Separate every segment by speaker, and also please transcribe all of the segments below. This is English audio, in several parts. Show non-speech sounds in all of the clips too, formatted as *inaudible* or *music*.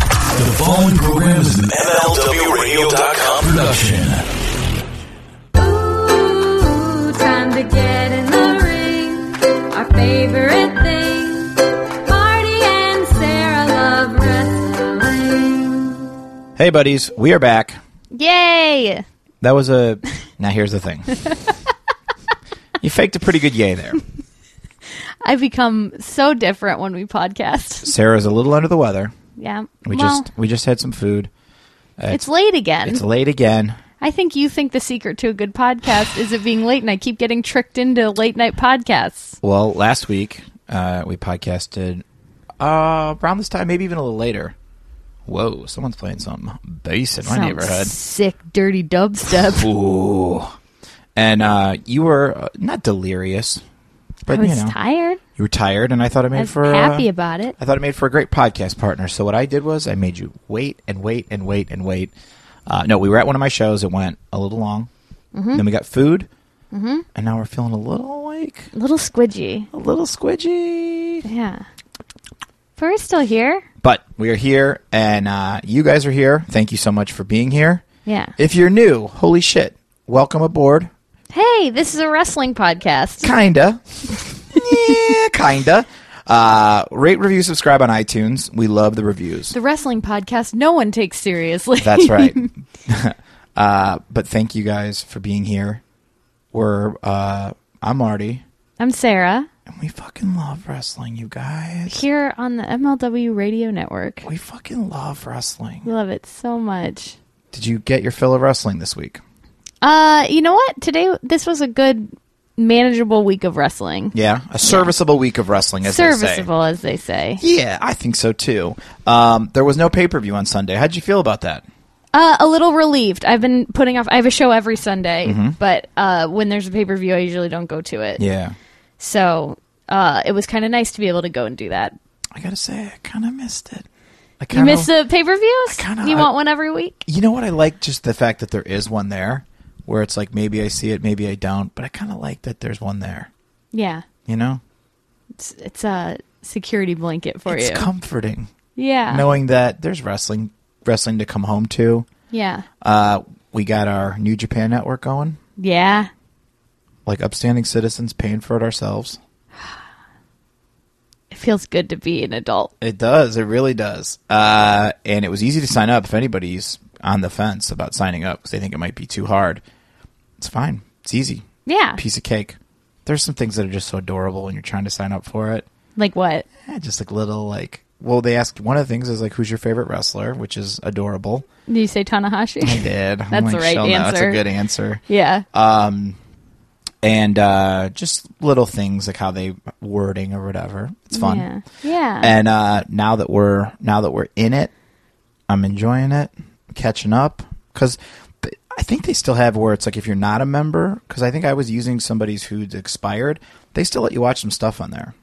Speaker 1: The following program is an MLWRadio.com production.
Speaker 2: Ooh, time to get in the ring. Our favorite thing. Marty and Sarah love wrestling.
Speaker 3: Hey, buddies, we are back.
Speaker 4: Yay!
Speaker 3: That was a. *laughs* Now, here's
Speaker 4: *laughs*
Speaker 3: the thing. you faked a pretty good yay there.
Speaker 4: I become so different when we podcast.
Speaker 3: Sarah's a little under the weather.
Speaker 4: Yeah.
Speaker 3: We
Speaker 4: well,
Speaker 3: just we just had some food.
Speaker 4: it's late again.
Speaker 3: It's late again.
Speaker 4: I think you think the secret to a good podcast is it being late, and I keep getting tricked into late night podcasts.
Speaker 3: Well, last week uh, we podcasted uh, around this time, maybe even a little later. Whoa, someone's playing some bass in my
Speaker 4: Sounds
Speaker 3: neighborhood.
Speaker 4: Sick, dirty dubstep.
Speaker 3: Ooh. And uh, you were uh, not delirious,
Speaker 4: I
Speaker 3: but
Speaker 4: was
Speaker 3: you know,
Speaker 4: tired.
Speaker 3: you were tired, and I thought it made
Speaker 4: I was
Speaker 3: for
Speaker 4: happy
Speaker 3: uh,
Speaker 4: about it.
Speaker 3: I thought it made for a great podcast partner. So what I did was I made you wait and wait and wait and wait. Uh, no, we were at one of my shows. It went a little long. Then we got food, mm-hmm. and now we're feeling a little like
Speaker 4: A little squidgy.
Speaker 3: a little squidgy.
Speaker 4: Yeah. But we're still here.
Speaker 3: But we are here, and uh, you guys are here. Thank you so much for being here.
Speaker 4: Yeah.
Speaker 3: If you're new, holy shit, welcome aboard.
Speaker 4: Hey, this is a wrestling podcast.
Speaker 3: Kinda, yeah, kinda. Uh, rate, review, subscribe on iTunes. We love the reviews.
Speaker 4: The wrestling podcast no one takes seriously.
Speaker 3: That's right. uh, but thank you guys for being here. We're uh, I'm Marty,
Speaker 4: *laughs* I'm Sarah
Speaker 3: and we fucking love wrestling, you guys.
Speaker 4: here on the MLW Radio Network.
Speaker 3: We fucking love wrestling.
Speaker 4: Love it so much.
Speaker 3: Did you get your fill of wrestling this week?
Speaker 4: Uh, you know what? Today this was a good manageable week of wrestling.
Speaker 3: Yeah, a serviceable week of wrestling, as
Speaker 4: Serviceable as they say.
Speaker 3: They say. Yeah, I think so too. Um, there was no pay per view on Sunday. How'd you feel about that?
Speaker 4: Uh, a little relieved. I've been putting off I have a show every Sunday, but uh when there's a pay-per-view I usually don't go to it.
Speaker 3: Mm-hmm. Yeah,
Speaker 4: So, uh it was kind of nice to be able to go and do that.
Speaker 3: I gotta say, I kind of missed it. I
Speaker 4: You
Speaker 3: kinda,
Speaker 4: miss the pay-per-views?
Speaker 3: kinda-
Speaker 4: you
Speaker 3: I-
Speaker 4: want one every week?
Speaker 3: You know what I like? Just the fact that there is one there, where it's like maybe I see it, maybe I don't, but I kind of like that there's one there.
Speaker 4: Yeah.
Speaker 3: You know,
Speaker 4: It's, it's a security blanket for
Speaker 3: it's
Speaker 4: you.
Speaker 3: comforting
Speaker 4: yeah.
Speaker 3: knowing that there's wrestling, wrestling to come home to.
Speaker 4: Yeah.
Speaker 3: Uh, we got our New Japan Network going,
Speaker 4: Yeah.
Speaker 3: like upstanding citizens paying for it ourselves.
Speaker 4: It feels good to be an adult.
Speaker 3: It does. It really does. Uh, and it was easy to sign up if anybody's on the fence about signing up because they think it might be too hard. It's fine. It's easy.
Speaker 4: Yeah.
Speaker 3: Piece of cake. There's some things that are just so adorable when you're trying to sign up for it.
Speaker 4: Like what?
Speaker 3: Eh, just like little like. Well, they asked one of the things is like, who's your favorite wrestler, which is adorable.
Speaker 4: Did you say Tanahashi?
Speaker 3: I did. Uh, I'm
Speaker 4: That's the right
Speaker 3: "Shell, no, That's a
Speaker 4: answer."
Speaker 3: good answer.
Speaker 4: *laughs* Yeah.
Speaker 3: And uh, just little things like how they wording or whatever. It's fun.
Speaker 4: Yeah. Yeah.
Speaker 3: And uh, now that we're now that we're in it, I'm enjoying it, catching up because I think they still have where it's like if you're not a member because I think I was using somebody's who's expired, they still let you watch some stuff on there,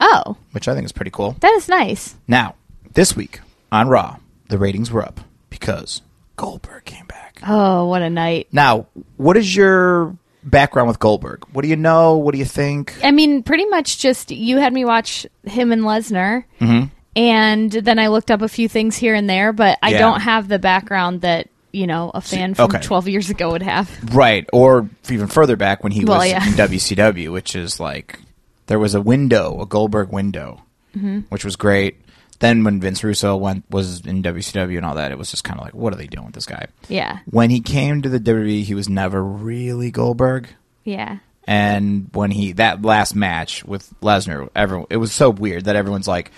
Speaker 4: oh,
Speaker 3: which I think is pretty cool.
Speaker 4: that is nice.
Speaker 3: Now this week on Raw, the ratings were up because Goldberg came back.
Speaker 4: Oh, what a night.
Speaker 3: Now, what is your background with Goldberg? What do you know? What do you think?
Speaker 4: I mean, pretty much just you had me watch him and Lesnar.
Speaker 3: Mm-hmm.
Speaker 4: And then I looked up a few things here and there, but I
Speaker 3: Yeah.
Speaker 4: don't have the background that, you know, a fan from
Speaker 3: okay.
Speaker 4: 12 years ago would have.
Speaker 3: Right, or even further back when he
Speaker 4: Well,
Speaker 3: was
Speaker 4: yeah.
Speaker 3: in WCW, which is like there was a window, a Goldberg window,
Speaker 4: Mm-hmm.
Speaker 3: which was great. Then when Vince Russo went was in WCW and all that, it was just kind of like, what are they doing with this guy?
Speaker 4: Yeah.
Speaker 3: When he came to the WWE, he was never really Goldberg.
Speaker 4: Yeah.
Speaker 3: And when he that last match with Lesnar, everyone it was so weird that everyone's like,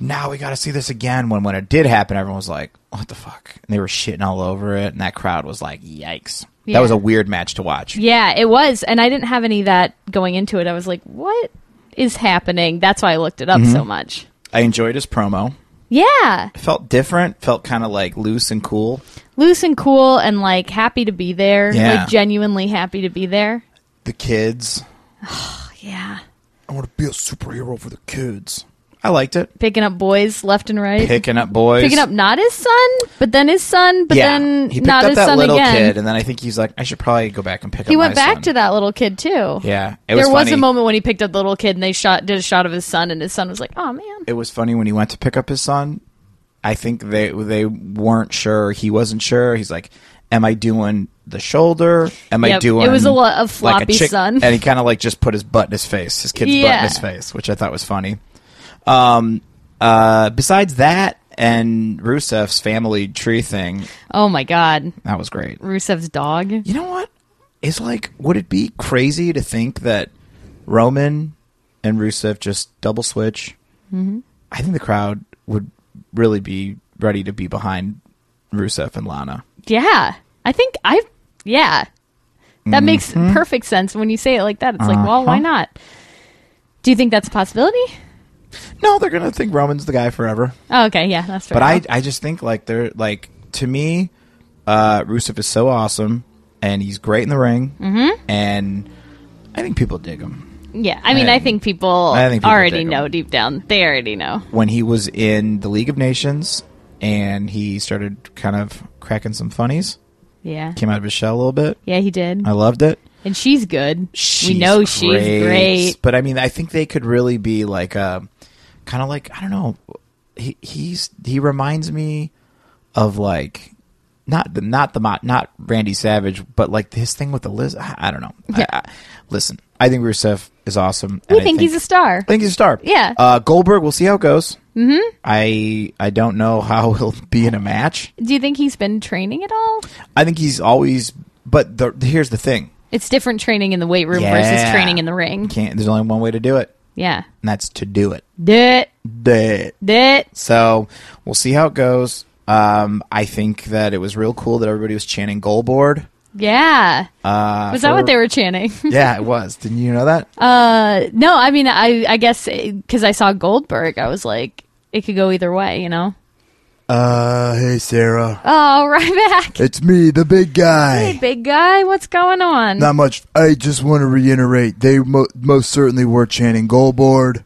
Speaker 3: "Now we got to see this again." When when it did happen, everyone was like, "What the fuck?" And they were shitting all over it, and that crowd was like, "Yikes!"
Speaker 4: Yeah.
Speaker 3: That was a weird match to watch.
Speaker 4: Yeah, it was. And I didn't have any of that going into it. I was like, what is happening? That's why I looked it up
Speaker 3: Mm-hmm.
Speaker 4: so much.
Speaker 3: I enjoyed his promo.
Speaker 4: Yeah.
Speaker 3: It felt different. Felt kind of like loose and cool.
Speaker 4: Loose and cool and like happy to be there.
Speaker 3: Yeah.
Speaker 4: Like genuinely happy to be there.
Speaker 3: The kids.
Speaker 4: Yeah.
Speaker 3: I want to be a superhero for the kids. I liked it.
Speaker 4: Picking up boys left and right.
Speaker 3: Picking up boys.
Speaker 4: Picking up not his son, but then his son, but
Speaker 3: yeah,
Speaker 4: then
Speaker 3: he picked
Speaker 4: not
Speaker 3: up
Speaker 4: his
Speaker 3: that
Speaker 4: son
Speaker 3: little
Speaker 4: again.
Speaker 3: kid, and then I think he's like, I should probably go back and pick
Speaker 4: he
Speaker 3: up.
Speaker 4: went
Speaker 3: my
Speaker 4: back
Speaker 3: son.
Speaker 4: to that little kid too.
Speaker 3: Yeah, it
Speaker 4: There was
Speaker 3: funny.
Speaker 4: a moment when he picked up the little kid and they shot did a shot of his son and his son was like, "Oh man."
Speaker 3: It was funny when he went to pick up his son.
Speaker 5: I think they they weren't sure. He wasn't sure. He's like, "Am I doing the shoulder? Am I
Speaker 4: Yep.
Speaker 5: doing?"
Speaker 4: It was a lot of floppy
Speaker 5: chick-"
Speaker 4: sun.
Speaker 5: and he kind of like just put his butt in his face, his kid's butt in
Speaker 4: Yeah.
Speaker 5: his face, which I thought was funny. Um, uh, besides that, and Rusev's family tree thing,
Speaker 4: Oh my God,
Speaker 5: that was great.
Speaker 4: Rusev's dog.
Speaker 5: You know what? It's like, would it be crazy to think that Roman and Rusev just double switch? I think the crowd would really be ready to be behind Rusev and Lana.
Speaker 4: Yeah, I think I. Yeah,
Speaker 5: Mm-hmm.
Speaker 4: that makes perfect sense when you say it like that. It's like, well,
Speaker 5: Uh-huh.
Speaker 4: why not? Do you think that's a possibility?
Speaker 5: No, they're gonna think Roman's the guy forever.
Speaker 4: Oh, okay, yeah, that's fair.
Speaker 5: But I,
Speaker 4: enough.
Speaker 5: I just think like they're like to me, uh, Rusev is so awesome and he's great in the ring, mm-hmm. and I think people dig him.
Speaker 4: yeah, I mean, I,
Speaker 5: I-
Speaker 4: think people
Speaker 5: I think people
Speaker 4: already
Speaker 5: dig 'em.
Speaker 4: know deep down. They already know.
Speaker 5: When he was in the League of Nations and he started kind of cracking some funnies.
Speaker 4: Yeah,
Speaker 5: came out of his shell a little bit.
Speaker 4: yeah, he did,
Speaker 5: I loved it.
Speaker 4: and she's good.
Speaker 5: Oh. She's
Speaker 4: we know she's great.
Speaker 5: But I mean, I think they could really be like a kind of like I don't know. He he's he reminds me of like not the not the mo- not Randy Savage, but like his thing with the Liz. I I don't know. I-
Speaker 4: Yeah.
Speaker 5: I- listen, I think Rusev is awesome.
Speaker 4: We
Speaker 5: and I
Speaker 4: think, he's a star.
Speaker 5: I think he's a star.
Speaker 4: Yeah.
Speaker 5: Uh, Goldberg. We'll see how it goes. Mm-hmm. I I don't know how *laughs* he'll be in a match.
Speaker 4: Do you think he's been training at all?
Speaker 5: I think he's always. But the, here's the thing.
Speaker 4: It's different training in the weight room versus
Speaker 5: Yeah.
Speaker 4: training in the
Speaker 5: You
Speaker 4: ring.
Speaker 5: can't. There's only one way to do it,
Speaker 4: Yeah.
Speaker 5: and that's to do it.
Speaker 4: That,
Speaker 5: Do it.
Speaker 4: that.
Speaker 5: So we'll see how it goes. Um, I think that it was real cool that everybody was chanting Goldboard.
Speaker 4: Yeah.
Speaker 5: Uh,
Speaker 4: Was that what they
Speaker 3: *laughs*
Speaker 4: were chanting? *laughs*
Speaker 5: yeah, it was. Didn't you know that?
Speaker 4: Uh, no, I mean, I, I guess because I saw Goldberg, I was like, it could go either way, you know?
Speaker 5: Uh, hey Sarah,
Speaker 4: Oh, *laughs* right back.
Speaker 5: it's me, the big
Speaker 4: Hey,
Speaker 5: guy.
Speaker 4: big guy, what's going on?
Speaker 5: much. I just want to reiterate, they mo- most certainly were chanting Goldboard,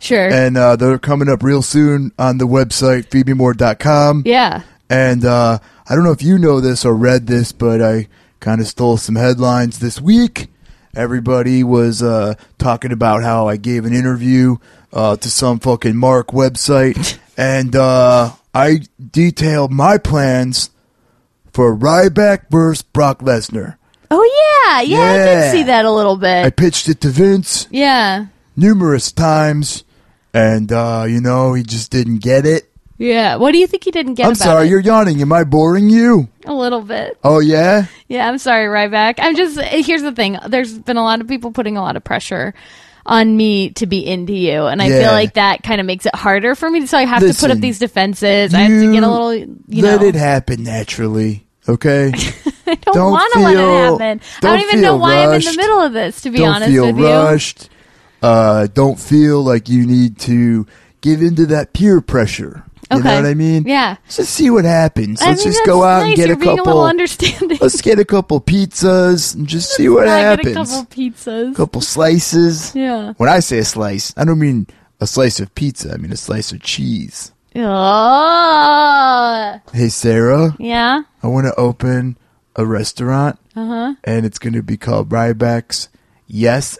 Speaker 4: sure.
Speaker 5: uh, they're coming up real soon on the website phoebemore.com.
Speaker 4: yeah.
Speaker 5: And uh, I don't know if you know this or read this, but I kind of stole some headlines this week. Everybody was uh, talking about how I gave an interview uh, to some fucking Mark
Speaker 4: *laughs*
Speaker 5: website, and uh, I detailed my plans for Ryback versus Brock Lesnar.
Speaker 4: Oh, yeah. Yeah, I
Speaker 5: Yeah.
Speaker 4: did see that a little bit.
Speaker 5: I pitched it to Vince
Speaker 4: yeah.
Speaker 5: numerous times, and uh, you know he just didn't get it.
Speaker 4: Yeah. What do you think he didn't get
Speaker 5: I'm
Speaker 4: about
Speaker 5: sorry,
Speaker 4: it?
Speaker 5: you're yawning. Am I boring you?
Speaker 4: a little bit.
Speaker 5: Oh yeah.
Speaker 4: Yeah, I'm sorry, Ryback. I'm just eh, here's the thing. There's been a lot of people putting a lot of pressure on me to be into you, and I
Speaker 5: Yeah.
Speaker 4: feel like that kind of makes it harder for me. So I have to put
Speaker 5: Listen,
Speaker 4: up these defenses. I have to get a little, you
Speaker 5: let
Speaker 4: know,
Speaker 5: it happen naturally.
Speaker 4: *laughs*
Speaker 5: Okay,
Speaker 4: I don't,
Speaker 5: don't
Speaker 4: want to let it
Speaker 5: feel-
Speaker 4: happen.
Speaker 5: don't
Speaker 4: I don't even know
Speaker 5: feel
Speaker 4: why I'm in
Speaker 5: rushed.
Speaker 4: the middle of this. To be
Speaker 5: don't
Speaker 4: honest
Speaker 5: feel
Speaker 4: with
Speaker 5: rushed. Uh, don't feel like you need to give into that peer pressure.
Speaker 4: you.
Speaker 5: You know what I mean?
Speaker 4: Yeah.
Speaker 5: Let's just see what happens.
Speaker 4: I
Speaker 5: let's
Speaker 4: mean,
Speaker 5: just
Speaker 4: that's
Speaker 5: go out
Speaker 4: nice.
Speaker 5: and get
Speaker 4: You're
Speaker 5: a
Speaker 4: being
Speaker 5: couple.
Speaker 4: little understanding.
Speaker 5: *laughs* let's get a couple pizzas and just see what
Speaker 4: I
Speaker 5: happens.
Speaker 4: Get a couple pizzas.
Speaker 5: couple slices.
Speaker 4: Yeah.
Speaker 5: When I say a slice, I don't mean a slice of pizza. I mean a slice of cheese.
Speaker 4: Oh.
Speaker 5: Hey Sarah,
Speaker 4: Yeah.
Speaker 5: I want to open a restaurant.
Speaker 4: Uh huh.
Speaker 5: and it's going to be called Ryback's Yes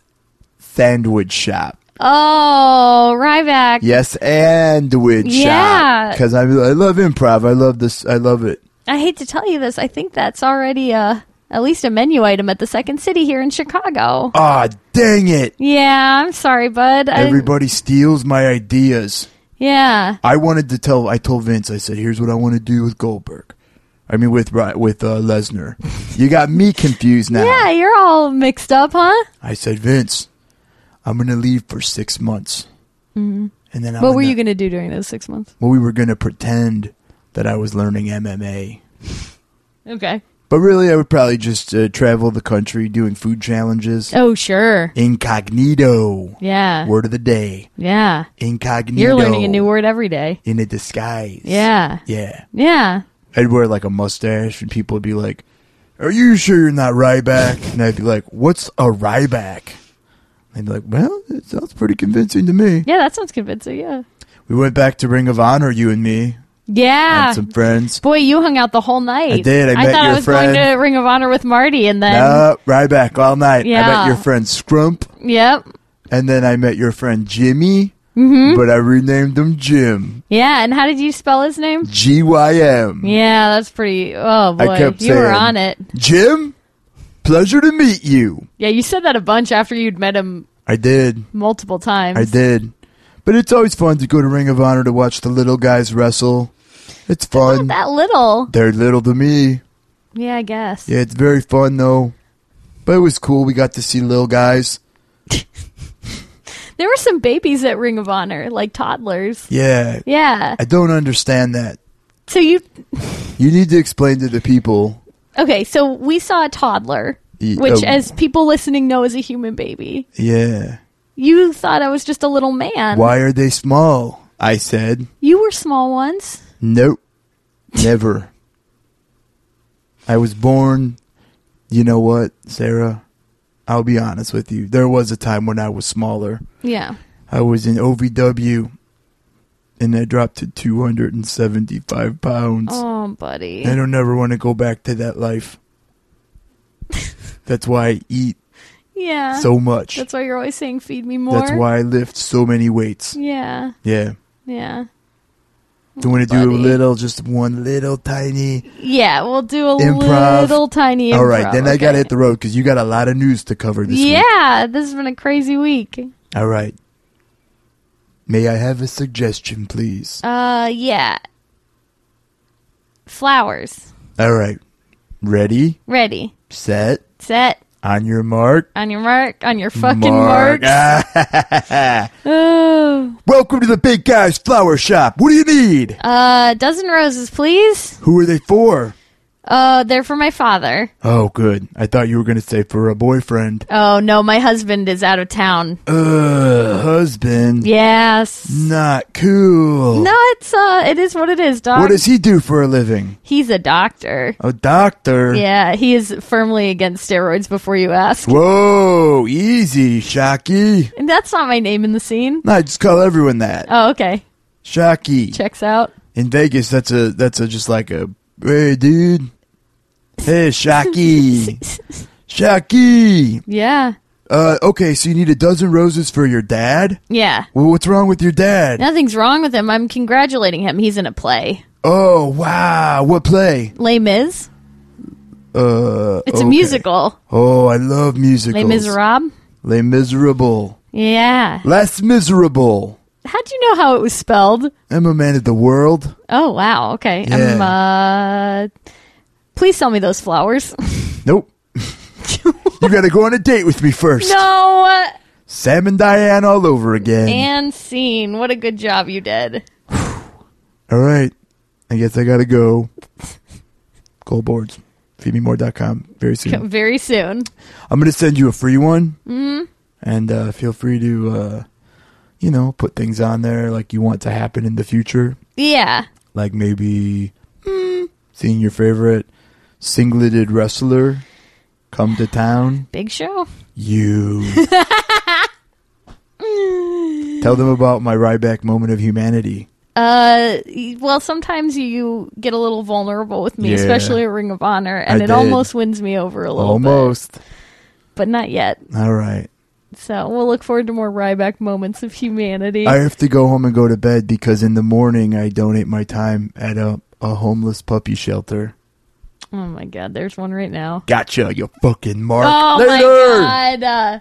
Speaker 5: Sandwich Shop.
Speaker 4: Oh, Ryback.
Speaker 5: Yes, sandwich shop.
Speaker 4: Yeah.
Speaker 5: Because I, I love improv. I love this. I love it.
Speaker 4: I hate to tell you this. I think that's already uh, at least a menu item at the Second City here in Chicago.
Speaker 5: Ah, dang it!
Speaker 4: Yeah, I'm sorry, bud. I, didn't-
Speaker 5: Everybody steals my ideas.
Speaker 4: yeah,
Speaker 5: I wanted to tell. I told Vince. I said, "Here's what I want to do with Goldberg. I mean, with Ry- with uh,
Speaker 4: *laughs*
Speaker 5: Lesnar. You got me confused now.
Speaker 4: yeah, you're all mixed up, huh?
Speaker 5: I said, Vince, I'm going to leave for six months, mm-hmm. and then I'm
Speaker 4: What were
Speaker 5: gonna-
Speaker 4: you going to do during those six months?
Speaker 5: Well, we were going to pretend that I was learning MMA.
Speaker 4: Okay.
Speaker 5: But really, I would probably just uh, travel the country doing food challenges.
Speaker 4: Oh, sure.
Speaker 5: Incognito.
Speaker 4: Yeah.
Speaker 5: Word of the day.
Speaker 4: Yeah.
Speaker 5: Incognito.
Speaker 4: You're learning a new word every day.
Speaker 5: In a disguise.
Speaker 4: Yeah.
Speaker 5: Yeah.
Speaker 4: Yeah.
Speaker 5: I'd wear like a mustache and people would be like, Are you sure you're not Ryback? And I'd be like, What's a Ryback? And they'd be like, Well, it sounds pretty convincing to me.
Speaker 4: Yeah, that sounds convincing. Yeah.
Speaker 5: We went back to Ring of Honor, you and me,
Speaker 4: Yeah.
Speaker 5: and some friends.
Speaker 4: Boy, you hung out the whole night.
Speaker 5: I did. I met
Speaker 4: thought
Speaker 5: your
Speaker 4: I was
Speaker 5: friend.
Speaker 4: going to Ring of Honor with Marty, and then
Speaker 5: Uh, Ryback all night. I
Speaker 4: Yeah.
Speaker 5: met your friend Scrump.
Speaker 4: yep.
Speaker 5: And then I met your friend Jimmy.
Speaker 4: Mm-hmm.
Speaker 5: but I renamed him Jim.
Speaker 4: Yeah, and how did you spell his name?
Speaker 5: G Y M.
Speaker 4: Yeah, that's pretty. Oh boy,
Speaker 5: I kept
Speaker 4: you were
Speaker 5: saying,
Speaker 4: on it.
Speaker 5: Jim, pleasure to meet you.
Speaker 4: Yeah, you said that a bunch after you'd met him
Speaker 5: I did.
Speaker 4: multiple times.
Speaker 5: I did. But it's always fun to go to Ring of Honor to watch the little guys wrestle. It's
Speaker 4: Not
Speaker 5: fun.
Speaker 4: that little.
Speaker 5: They're little to me.
Speaker 4: Yeah, I guess.
Speaker 5: Yeah, it's very fun though. But it was cool. We got to see little guys.
Speaker 4: There were some babies at Ring of Honor, like toddlers.
Speaker 5: Yeah.
Speaker 4: Yeah.
Speaker 5: I don't understand that.
Speaker 4: So you
Speaker 5: You need to explain to the people.
Speaker 4: okay? So we saw a toddler,
Speaker 5: Ye-
Speaker 4: which,
Speaker 5: oh.
Speaker 4: as people listening know, is a human baby.
Speaker 5: Yeah.
Speaker 4: You thought I was just a little man.
Speaker 5: Why are they small? I said,
Speaker 4: You were small once.
Speaker 5: Nope. Never. I was born. You know what, Sarah? I'll be honest with you. There was a time when I was smaller.
Speaker 4: Yeah.
Speaker 5: I was in OVW and I dropped to 275 pounds.
Speaker 4: Oh, buddy.
Speaker 5: I don't ever want to go back to that life. That's why I
Speaker 4: *laughs*
Speaker 5: eat
Speaker 4: Yeah.
Speaker 5: so much.
Speaker 4: that's why you're always saying feed me more.
Speaker 5: That's why I lift so many weights.
Speaker 4: Yeah.
Speaker 5: Yeah.
Speaker 4: Yeah. Oh,
Speaker 5: Do you want to do a
Speaker 4: Buddy.
Speaker 5: little, just one little tiny?
Speaker 4: Yeah, we'll do a
Speaker 5: Improv.
Speaker 4: little tiny improv.
Speaker 5: All right, then I got to
Speaker 4: okay?
Speaker 5: hit the road because you got a lot of news to cover this week.
Speaker 4: Yeah, this has been a crazy week.
Speaker 5: All right. May I have a suggestion, please?
Speaker 4: Uh, yeah. Flowers.
Speaker 5: All right. Ready,
Speaker 4: Ready,
Speaker 5: set,
Speaker 4: set,
Speaker 5: on your mark.
Speaker 4: on your mark, on your fucking
Speaker 5: Mark. Ah.
Speaker 4: marks. Oh.
Speaker 5: *laughs* Welcome to the Big Guy's Flower Shop. What do you need?
Speaker 4: Uh, dozen roses, please.
Speaker 5: Who are they for?
Speaker 4: Uh, they're for my father.
Speaker 5: Oh, good. I thought you were going to say for a boyfriend.
Speaker 4: Oh, no, my husband is out of town.
Speaker 5: Uh, husband.
Speaker 4: Yes.
Speaker 5: Not cool.
Speaker 4: No, it's, uh, it is what it is, dog.
Speaker 5: What does he do for a living?
Speaker 4: He's a doctor.
Speaker 5: A doctor.
Speaker 4: Yeah, he is firmly against steroids before you ask.
Speaker 5: Whoa, easy, Shocky.
Speaker 4: And that's not my name in the scene.
Speaker 5: No, I just call everyone that.
Speaker 4: Oh, okay.
Speaker 5: Shocky.
Speaker 4: Checks out. *laughs*
Speaker 5: In Vegas, that's a that's a just like a hey, dude. Hey,
Speaker 4: *laughs*
Speaker 5: Shocky. Shocky.
Speaker 4: Yeah.
Speaker 5: Uh, okay, so you need a dozen roses for your dad?
Speaker 4: Yeah.
Speaker 5: Well, what's wrong with your dad?
Speaker 4: Nothing's wrong with him. I'm congratulating him. He's in a play.
Speaker 5: Oh, wow. What play?
Speaker 4: Les Mis.
Speaker 5: Uh,
Speaker 4: It's
Speaker 5: okay.
Speaker 4: a musical.
Speaker 5: Oh, I love musicals.
Speaker 4: Les Miserables.
Speaker 5: Les Miserable.
Speaker 4: Yeah.
Speaker 5: Less miserable.
Speaker 4: How'd you know how it was spelled?
Speaker 5: I'm a man of the world.
Speaker 4: Oh, wow. Okay. I'm, uh, please sell me those flowers. *laughs*
Speaker 5: Nope. you gotta go on a date with me *laughs* first.
Speaker 4: no.
Speaker 5: Sam and Diane all over again.
Speaker 4: And scene. What a good job you did.
Speaker 5: all right. I guess I gotta go. Cold boards. Feedmemore.com very soon.
Speaker 4: *laughs* Very soon. Mm-hmm.
Speaker 5: I'm gonna send you a free one, mm. and uh, feel free to, uh, you know, put things on there like you want to happen in the future,
Speaker 4: Yeah.
Speaker 5: like maybe mm, seeing your favorite singleted wrestler come to town.
Speaker 4: Big show. *laughs*
Speaker 5: You tell them about my Ryback moment of humanity.
Speaker 4: Uh, y- well, sometimes you get a little vulnerable with me,
Speaker 5: Yeah.
Speaker 4: especially at Ring of Honor, and
Speaker 5: I
Speaker 4: it
Speaker 5: did.
Speaker 4: almost wins me over a little
Speaker 5: Almost.
Speaker 4: bit, but not yet.
Speaker 5: All right.
Speaker 4: So we'll look forward to more Ryback moments of humanity.
Speaker 5: *laughs* I have to go home and go to bed because in the morning I donate my time at a, a homeless puppy shelter.
Speaker 4: oh my god, there's one right now.
Speaker 5: Gotcha, you fucking mark.
Speaker 4: Oh
Speaker 5: Later.
Speaker 4: my god, uh,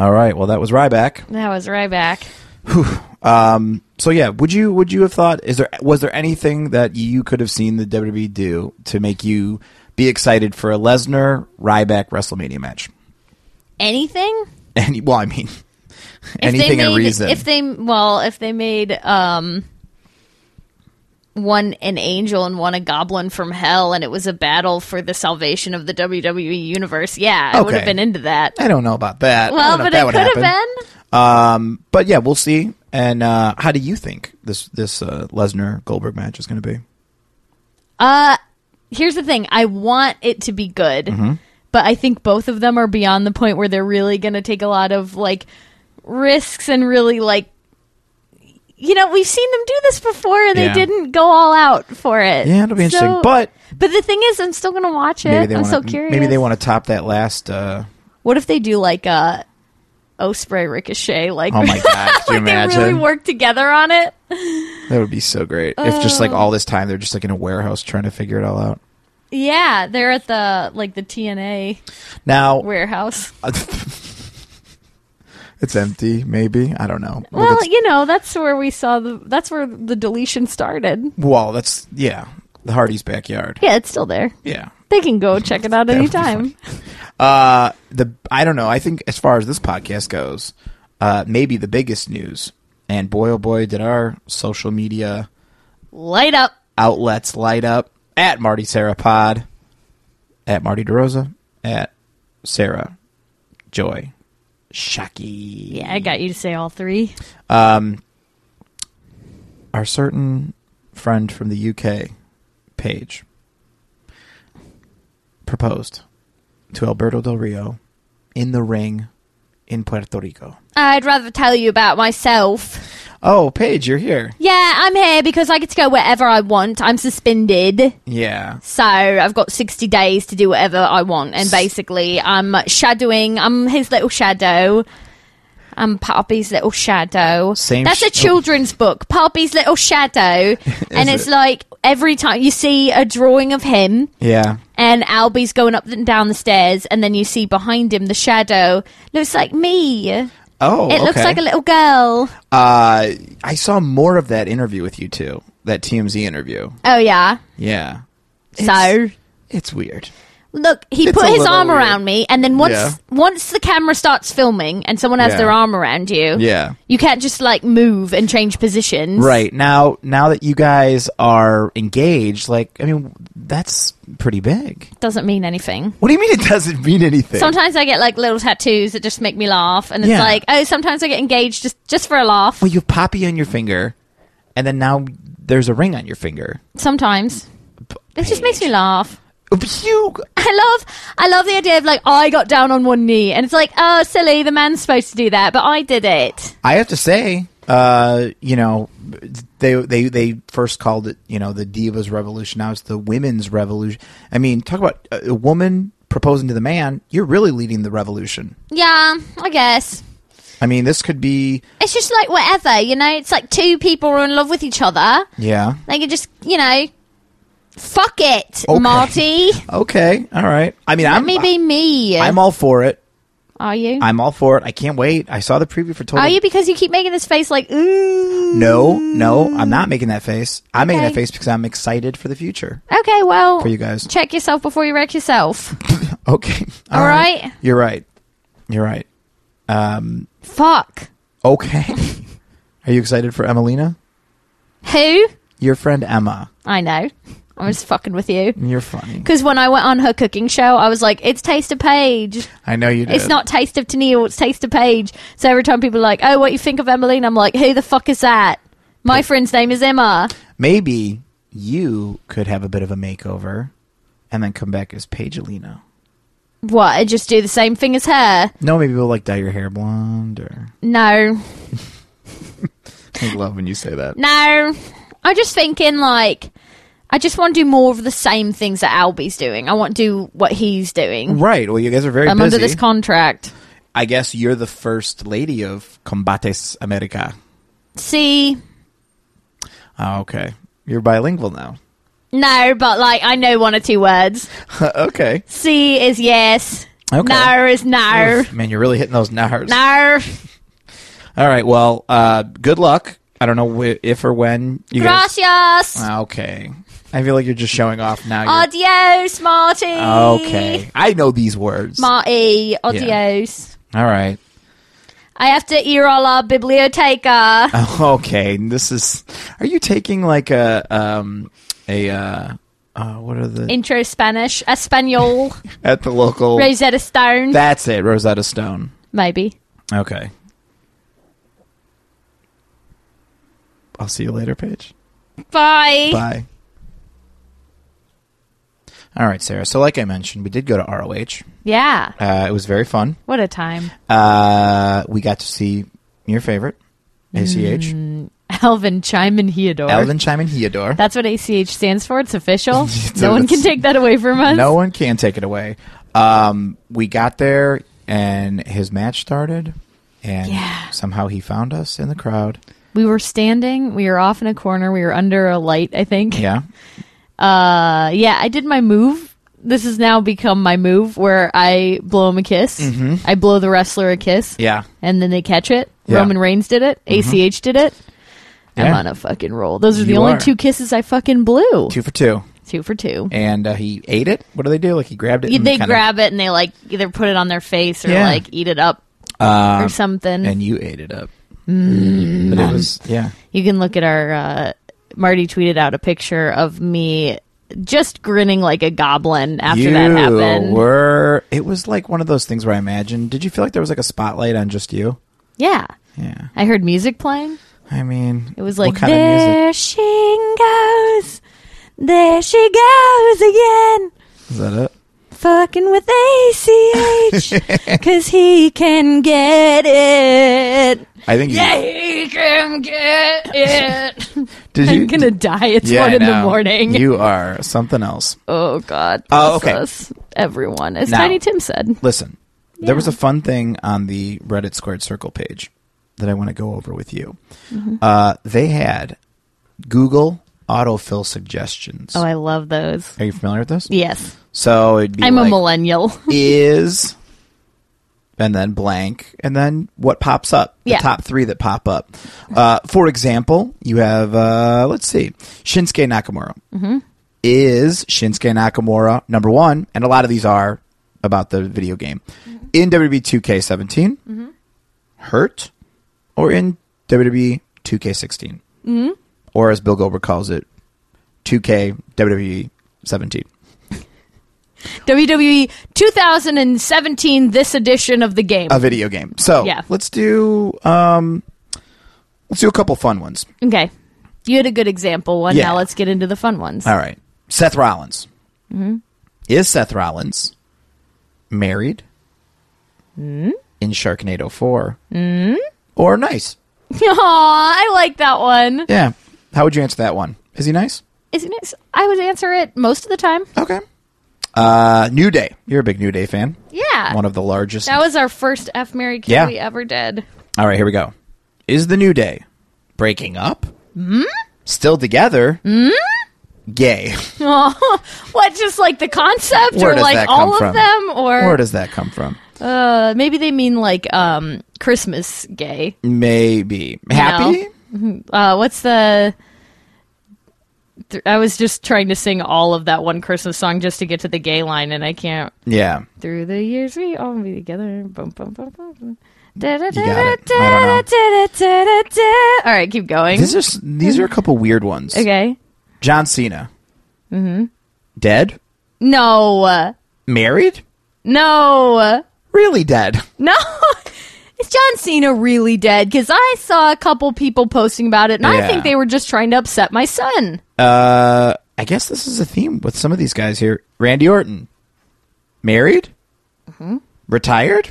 Speaker 3: All right. Well, that was Ryback.
Speaker 4: that was Ryback.
Speaker 3: Um, so yeah, would you would you have thought is there was there anything that you could have seen the WWE do to make you be excited for a Lesnar Ryback WrestleMania match? *laughs*
Speaker 4: Anything?
Speaker 3: Any well, I mean,
Speaker 4: If they
Speaker 3: anything
Speaker 4: made,
Speaker 3: and reason.
Speaker 4: If they well, if they made um one an angel and one a goblin from hell, and it was a battle for the salvation of the WWE universe, yeah, I would have
Speaker 3: Okay.
Speaker 4: been into that.
Speaker 3: I don't know about that. I
Speaker 4: Well,
Speaker 3: don't know if
Speaker 4: but
Speaker 3: that
Speaker 4: it
Speaker 3: would
Speaker 4: could have
Speaker 3: happen.
Speaker 4: been.
Speaker 3: Um, but yeah, we'll see. And uh, how do you think this this uh, Lesnar Goldberg match is going to be?
Speaker 4: Uh, here's the thing. I want it to be good,
Speaker 3: Mm-hmm.
Speaker 4: but I think both of them are beyond the point where they're really going to take a lot of like risks and really like. You know, we've seen them do this before. and They
Speaker 3: Yeah.
Speaker 4: didn't go all out for it.
Speaker 3: Yeah, it'll be interesting.
Speaker 4: So-
Speaker 3: But
Speaker 4: but the thing is, I'm still going to watch it.
Speaker 3: maybe they
Speaker 4: I'm
Speaker 3: want
Speaker 4: so curious.
Speaker 3: maybe they want to top that last. Uh,
Speaker 4: What if they do like a Osprey Ricochet. Like,
Speaker 3: Oh my god!
Speaker 4: *laughs*
Speaker 3: Could you
Speaker 4: like they really
Speaker 3: imagine?
Speaker 4: worked together on it.
Speaker 3: that would be so great. if just like
Speaker 4: Oh.
Speaker 3: all this time they're just like in a warehouse trying to figure it all out.
Speaker 4: Yeah, they're at the like the TNA
Speaker 3: Now
Speaker 4: warehouse.
Speaker 3: *laughs* it's empty. Maybe I don't know. Well,
Speaker 4: Well,
Speaker 3: that's,
Speaker 4: you know, that's where we saw the that's where the deletion started.
Speaker 3: well, that's yeah. The Hardy's backyard.
Speaker 4: Yeah, it's still there.
Speaker 3: Yeah.
Speaker 4: They can go check it out
Speaker 3: *laughs* That would be
Speaker 4: anytime.
Speaker 3: Uh, the I don't know. I think as far as this podcast goes, uh, maybe the biggest news. And boy, oh boy, did our social media
Speaker 4: Light up.
Speaker 3: outlets light up at Marty Sarah Pod, at Marty DeRosa, at Sarah Joy Shockey.
Speaker 4: Yeah, I got you to say all three.
Speaker 3: Um, Our certain friend from the UK, Paige, proposed to Alberto Del Rio in the ring in Puerto Rico.
Speaker 4: I'd rather tell you about myself.
Speaker 3: Oh, Paige, you're here.
Speaker 4: Yeah, I'm here because I get to go wherever I want. I'm suspended.
Speaker 3: Yeah.
Speaker 4: So I've got 60 days to do whatever I want. And basically, I'm shadowing. I'm his little shadow. I'm Poppy's little shadow.
Speaker 3: Same
Speaker 4: That's a
Speaker 3: sh- oh.
Speaker 4: children's book, Poppy's little shadow.
Speaker 3: *laughs*
Speaker 4: and it's
Speaker 3: it?
Speaker 4: like every time you see a drawing of him,
Speaker 3: Yeah.
Speaker 4: and Albie's going up and down the stairs, and then you see behind him the shadow. Looks like me. It
Speaker 3: Oh,
Speaker 4: looks
Speaker 3: okay.
Speaker 4: like a little girl.
Speaker 3: Uh, I saw more of that interview with you two. That TMZ interview.
Speaker 4: Oh yeah.
Speaker 3: Yeah.
Speaker 4: so
Speaker 3: It's weird.
Speaker 4: look, he
Speaker 3: It's
Speaker 4: put
Speaker 3: a
Speaker 4: his
Speaker 3: little
Speaker 4: arm
Speaker 3: weird.
Speaker 4: around me, and then once
Speaker 3: Yeah.
Speaker 4: once the camera starts filming and someone has
Speaker 3: Yeah.
Speaker 4: their arm around you,
Speaker 3: Yeah.
Speaker 4: you can't just like move and change positions.
Speaker 3: Right. Now now that you guys are engaged, like I mean that's pretty big.
Speaker 4: Doesn't mean anything.
Speaker 3: What do you mean it doesn't mean anything?
Speaker 4: Sometimes I get like little tattoos that just make me laugh, and it's
Speaker 3: Yeah.
Speaker 4: like, oh, sometimes I get engaged just just for a laugh.
Speaker 3: well you have poppy on your finger and then now there's a ring on your finger.
Speaker 4: Sometimes it just makes me laugh. *laughs*
Speaker 3: But you
Speaker 4: I love, I love the idea of like I got down on one knee, and it's like, oh, silly, the man's supposed to do that, but I did it.
Speaker 3: I have to say, uh, you know, they they they first called it, you know, the divas revolution. Now it's the women's revolution. I mean, talk about a a woman proposing to the man. You're really leading the revolution.
Speaker 4: Yeah, I guess.
Speaker 3: I mean, this could be,
Speaker 4: It's just like whatever, you know. It's like two people are in love with each other.
Speaker 3: yeah,
Speaker 4: They can just, you know, fuck it,
Speaker 3: Okay. *laughs*
Speaker 4: Marty.
Speaker 3: okay, all right. I mean,
Speaker 4: Let
Speaker 3: I'm
Speaker 4: me be me.
Speaker 3: I'm all for it.
Speaker 4: are you?
Speaker 3: I'm all for it. I can't wait. I saw the preview for Total.
Speaker 4: are you because you keep making this face like ooh?
Speaker 3: no, no, I'm not making that face. I'm making that
Speaker 4: Okay.
Speaker 3: face because I'm excited for the future. *laughs*
Speaker 4: Okay, well,
Speaker 3: For you guys.
Speaker 4: check yourself before you wreck yourself.
Speaker 3: Okay,
Speaker 4: All
Speaker 3: right.
Speaker 4: right.
Speaker 3: You're right. You're right.
Speaker 4: Fuck
Speaker 3: Okay. *laughs* Are you excited for Emelina?
Speaker 4: who?
Speaker 3: Your friend Emma.
Speaker 4: I know. I was fucking with you.
Speaker 3: You're funny.
Speaker 4: Because when I went on her cooking show, I was like, "It's Taste of Page.
Speaker 3: I know you did.
Speaker 4: It's not Taste of Tennille. It's Taste of Page." So every time people are like, "Oh, what you think of Emmeline?" I'm like, "Who the fuck is that?" My friend's name is Emma.
Speaker 3: Maybe you could have a bit of a makeover and then come back as Pagelina.
Speaker 4: What? I just do the same thing as her?
Speaker 3: No, maybe we'll like dye your hair blonde or.
Speaker 4: No,
Speaker 3: I love when you say that.
Speaker 4: no. I'm just thinking like, I just want to do more of the same things that Albie's doing. I want to do what he's doing.
Speaker 3: Right. Well, you guys are very
Speaker 4: I'm
Speaker 3: busy.
Speaker 4: under this contract.
Speaker 3: I guess you're the first lady of Combates America.
Speaker 4: See,
Speaker 3: Oh, okay. You're bilingual now. *laughs*
Speaker 4: no, but like I know one or two words.
Speaker 3: okay.
Speaker 4: See is yes.
Speaker 3: Okay.
Speaker 4: No is no.
Speaker 3: Oof, man, you're really hitting those nars.
Speaker 4: No.
Speaker 3: All right. Well, uh, good luck. I don't know wh- if or when you guys.
Speaker 4: Gracias.
Speaker 3: Okay. I feel like you're just showing off now. You're-
Speaker 4: Adios, Marty.
Speaker 3: Okay. I know these words.
Speaker 4: Marty, adios.
Speaker 3: All right. *laughs*
Speaker 4: I have to ir a la
Speaker 3: *laughs*
Speaker 4: biblioteca.
Speaker 3: Okay. This is. Are you taking like a um a uh, uh what are the
Speaker 4: Intro Spanish, Espanol,
Speaker 3: at the local?
Speaker 4: Rosetta Stone.
Speaker 3: That's it. Rosetta Stone.
Speaker 4: Maybe.
Speaker 3: Okay. I'll see you
Speaker 4: *laughs*
Speaker 3: later, Paige.
Speaker 4: Bye.
Speaker 3: Bye. All right, Sarah. So, like I mentioned, we did go to ROH.
Speaker 4: Yeah.
Speaker 3: Uh, it was very fun.
Speaker 4: What a time.
Speaker 3: Uh, we got to see your favorite, ACH,
Speaker 4: Mm. Alvin Chiman Heodore.
Speaker 3: Alvin Chiman Heodore.
Speaker 4: That's what ACH stands for. It's official.
Speaker 3: *laughs* It's
Speaker 4: no
Speaker 3: a-
Speaker 4: one can take that away from us.
Speaker 3: No one can take it away. Um, we got there and his match started, and
Speaker 4: Yeah.
Speaker 3: somehow he found us in the crowd.
Speaker 4: We were standing. We were off in a corner. We were under a light, I think.
Speaker 3: Yeah,
Speaker 4: Uh, yeah, I did my move. This has now become my move where I blow him a kiss. I blow the wrestler a kiss.
Speaker 3: Mm-hmm. yeah.
Speaker 4: And then they catch it.
Speaker 3: Yeah. Mm-hmm.
Speaker 4: Roman Reigns did it. ACH did it. I'm
Speaker 3: Yeah.
Speaker 4: on a fucking roll. Those are the
Speaker 3: You
Speaker 4: only
Speaker 3: are.
Speaker 4: two kisses I fucking blew.
Speaker 3: Two for two,
Speaker 4: Two for two.
Speaker 3: and uh, he ate it. What do they do? Like he grabbed it.
Speaker 4: You-
Speaker 3: and
Speaker 4: they
Speaker 3: kinda-
Speaker 4: grab it and they like either put it on their face or
Speaker 3: Yeah.
Speaker 4: like eat it up
Speaker 3: Um,
Speaker 4: or something. Mm.
Speaker 3: and you ate it up. But it was yeah.
Speaker 4: You can look at our uh, Marty tweeted out a picture of me just grinning like a goblin after
Speaker 3: you
Speaker 4: that happened.
Speaker 3: were. It was like one of those things where I imagine. Did you feel like there was like a spotlight on just you?
Speaker 4: yeah.
Speaker 3: Yeah.
Speaker 4: I heard music playing.
Speaker 3: I mean,
Speaker 4: It was like
Speaker 3: what kind of music?
Speaker 4: there she goes. There she goes again.
Speaker 3: Is that it?
Speaker 4: Fucking with
Speaker 3: *laughs*
Speaker 4: ACH cuz he can get it.
Speaker 3: I think. You,
Speaker 4: Yeah, he can get it. *laughs*
Speaker 3: Did you?
Speaker 4: I'm going to die. It's
Speaker 3: Yeah,
Speaker 4: 1
Speaker 3: I
Speaker 4: in the
Speaker 3: know.
Speaker 4: morning.
Speaker 3: You are something else.
Speaker 4: oh god.
Speaker 3: Oh, okay.
Speaker 4: Bless us, everyone. As
Speaker 3: Now-
Speaker 4: Tiny Tim said.
Speaker 3: Listen,
Speaker 4: Yeah.
Speaker 3: there was a fun thing on the Reddit Squared Circle page that I want to go over with you.
Speaker 4: Mm-hmm.
Speaker 3: Uh, they had Google autofill suggestions.
Speaker 4: Oh, I love those.
Speaker 3: Are you familiar with this?
Speaker 4: Yes.
Speaker 3: So it'd be
Speaker 4: I'm a
Speaker 3: like,
Speaker 4: millennial. *laughs*
Speaker 3: is and then blank and then what pops up the
Speaker 4: Yeah.
Speaker 3: top three that pop up uh, for example you have uh, let's see shinsuke nakamura is shinsuke nakamura number one and a lot of these are about the video game in E wwe 2k17 hurt or in E wwe 2k16 or as bill goldberg calls it 2k wwe 17
Speaker 4: WWE 2017, E this edition of the game.
Speaker 3: a video game. So
Speaker 4: Yeah.
Speaker 3: let's do um, let's do a couple fun ones.
Speaker 4: okay. You had a good example one.
Speaker 3: Yeah.
Speaker 4: Now let's get into the fun ones.
Speaker 3: All right, Seth Rollins
Speaker 4: Mm-hmm.
Speaker 3: is Seth Rollins married
Speaker 4: Mm-hmm.
Speaker 3: in Sharknado 4 or nice?
Speaker 4: *laughs* Aw, I like that one.
Speaker 3: Yeah, how would you answer that one? Is he nice?
Speaker 4: Is it nice? I would answer it most of the time.
Speaker 3: Okay. Uh, New Day, you're a big New Day fan.
Speaker 4: Yeah.
Speaker 3: one of the largest.
Speaker 4: That was our first F Mary Kill
Speaker 3: Yeah.
Speaker 4: we ever did. *laughs*
Speaker 3: All right, here we go. Is the New Day breaking up?
Speaker 4: Mm-hmm.
Speaker 3: Still together? Gay. *laughs*
Speaker 4: Aw, *laughs* what, just like the concept
Speaker 3: Where
Speaker 4: or
Speaker 3: does
Speaker 4: like
Speaker 3: that come
Speaker 4: all of
Speaker 3: from?
Speaker 4: them? Or
Speaker 3: Where does that come from?
Speaker 4: uh, maybe they mean like um, Christmas gay.
Speaker 3: Maybe happy.
Speaker 4: uh, what's the th- I was just trying to sing all of that one Christmas song just to get to the gay line, and I can't.
Speaker 3: Yeah,
Speaker 4: Through the years, we all be together. Bum, bum, bum, bum, bum. Da, da, da,
Speaker 3: You got
Speaker 4: da,
Speaker 3: it. I
Speaker 4: da, da, da, da, da. All right, keep going.
Speaker 3: these are s- these are a couple weird ones.
Speaker 4: okay.
Speaker 3: John Cena, mm-hmm. dead,
Speaker 4: No, uh,
Speaker 3: married,
Speaker 4: no, uh,
Speaker 3: really dead.
Speaker 4: no. *laughs* Is John Cena really dead? Because I saw a couple people posting about it, and I
Speaker 3: Yeah.
Speaker 4: think they were just trying to upset my son.
Speaker 3: Uh, I guess this is a theme with some of these guys here. Randy Orton, married, retired,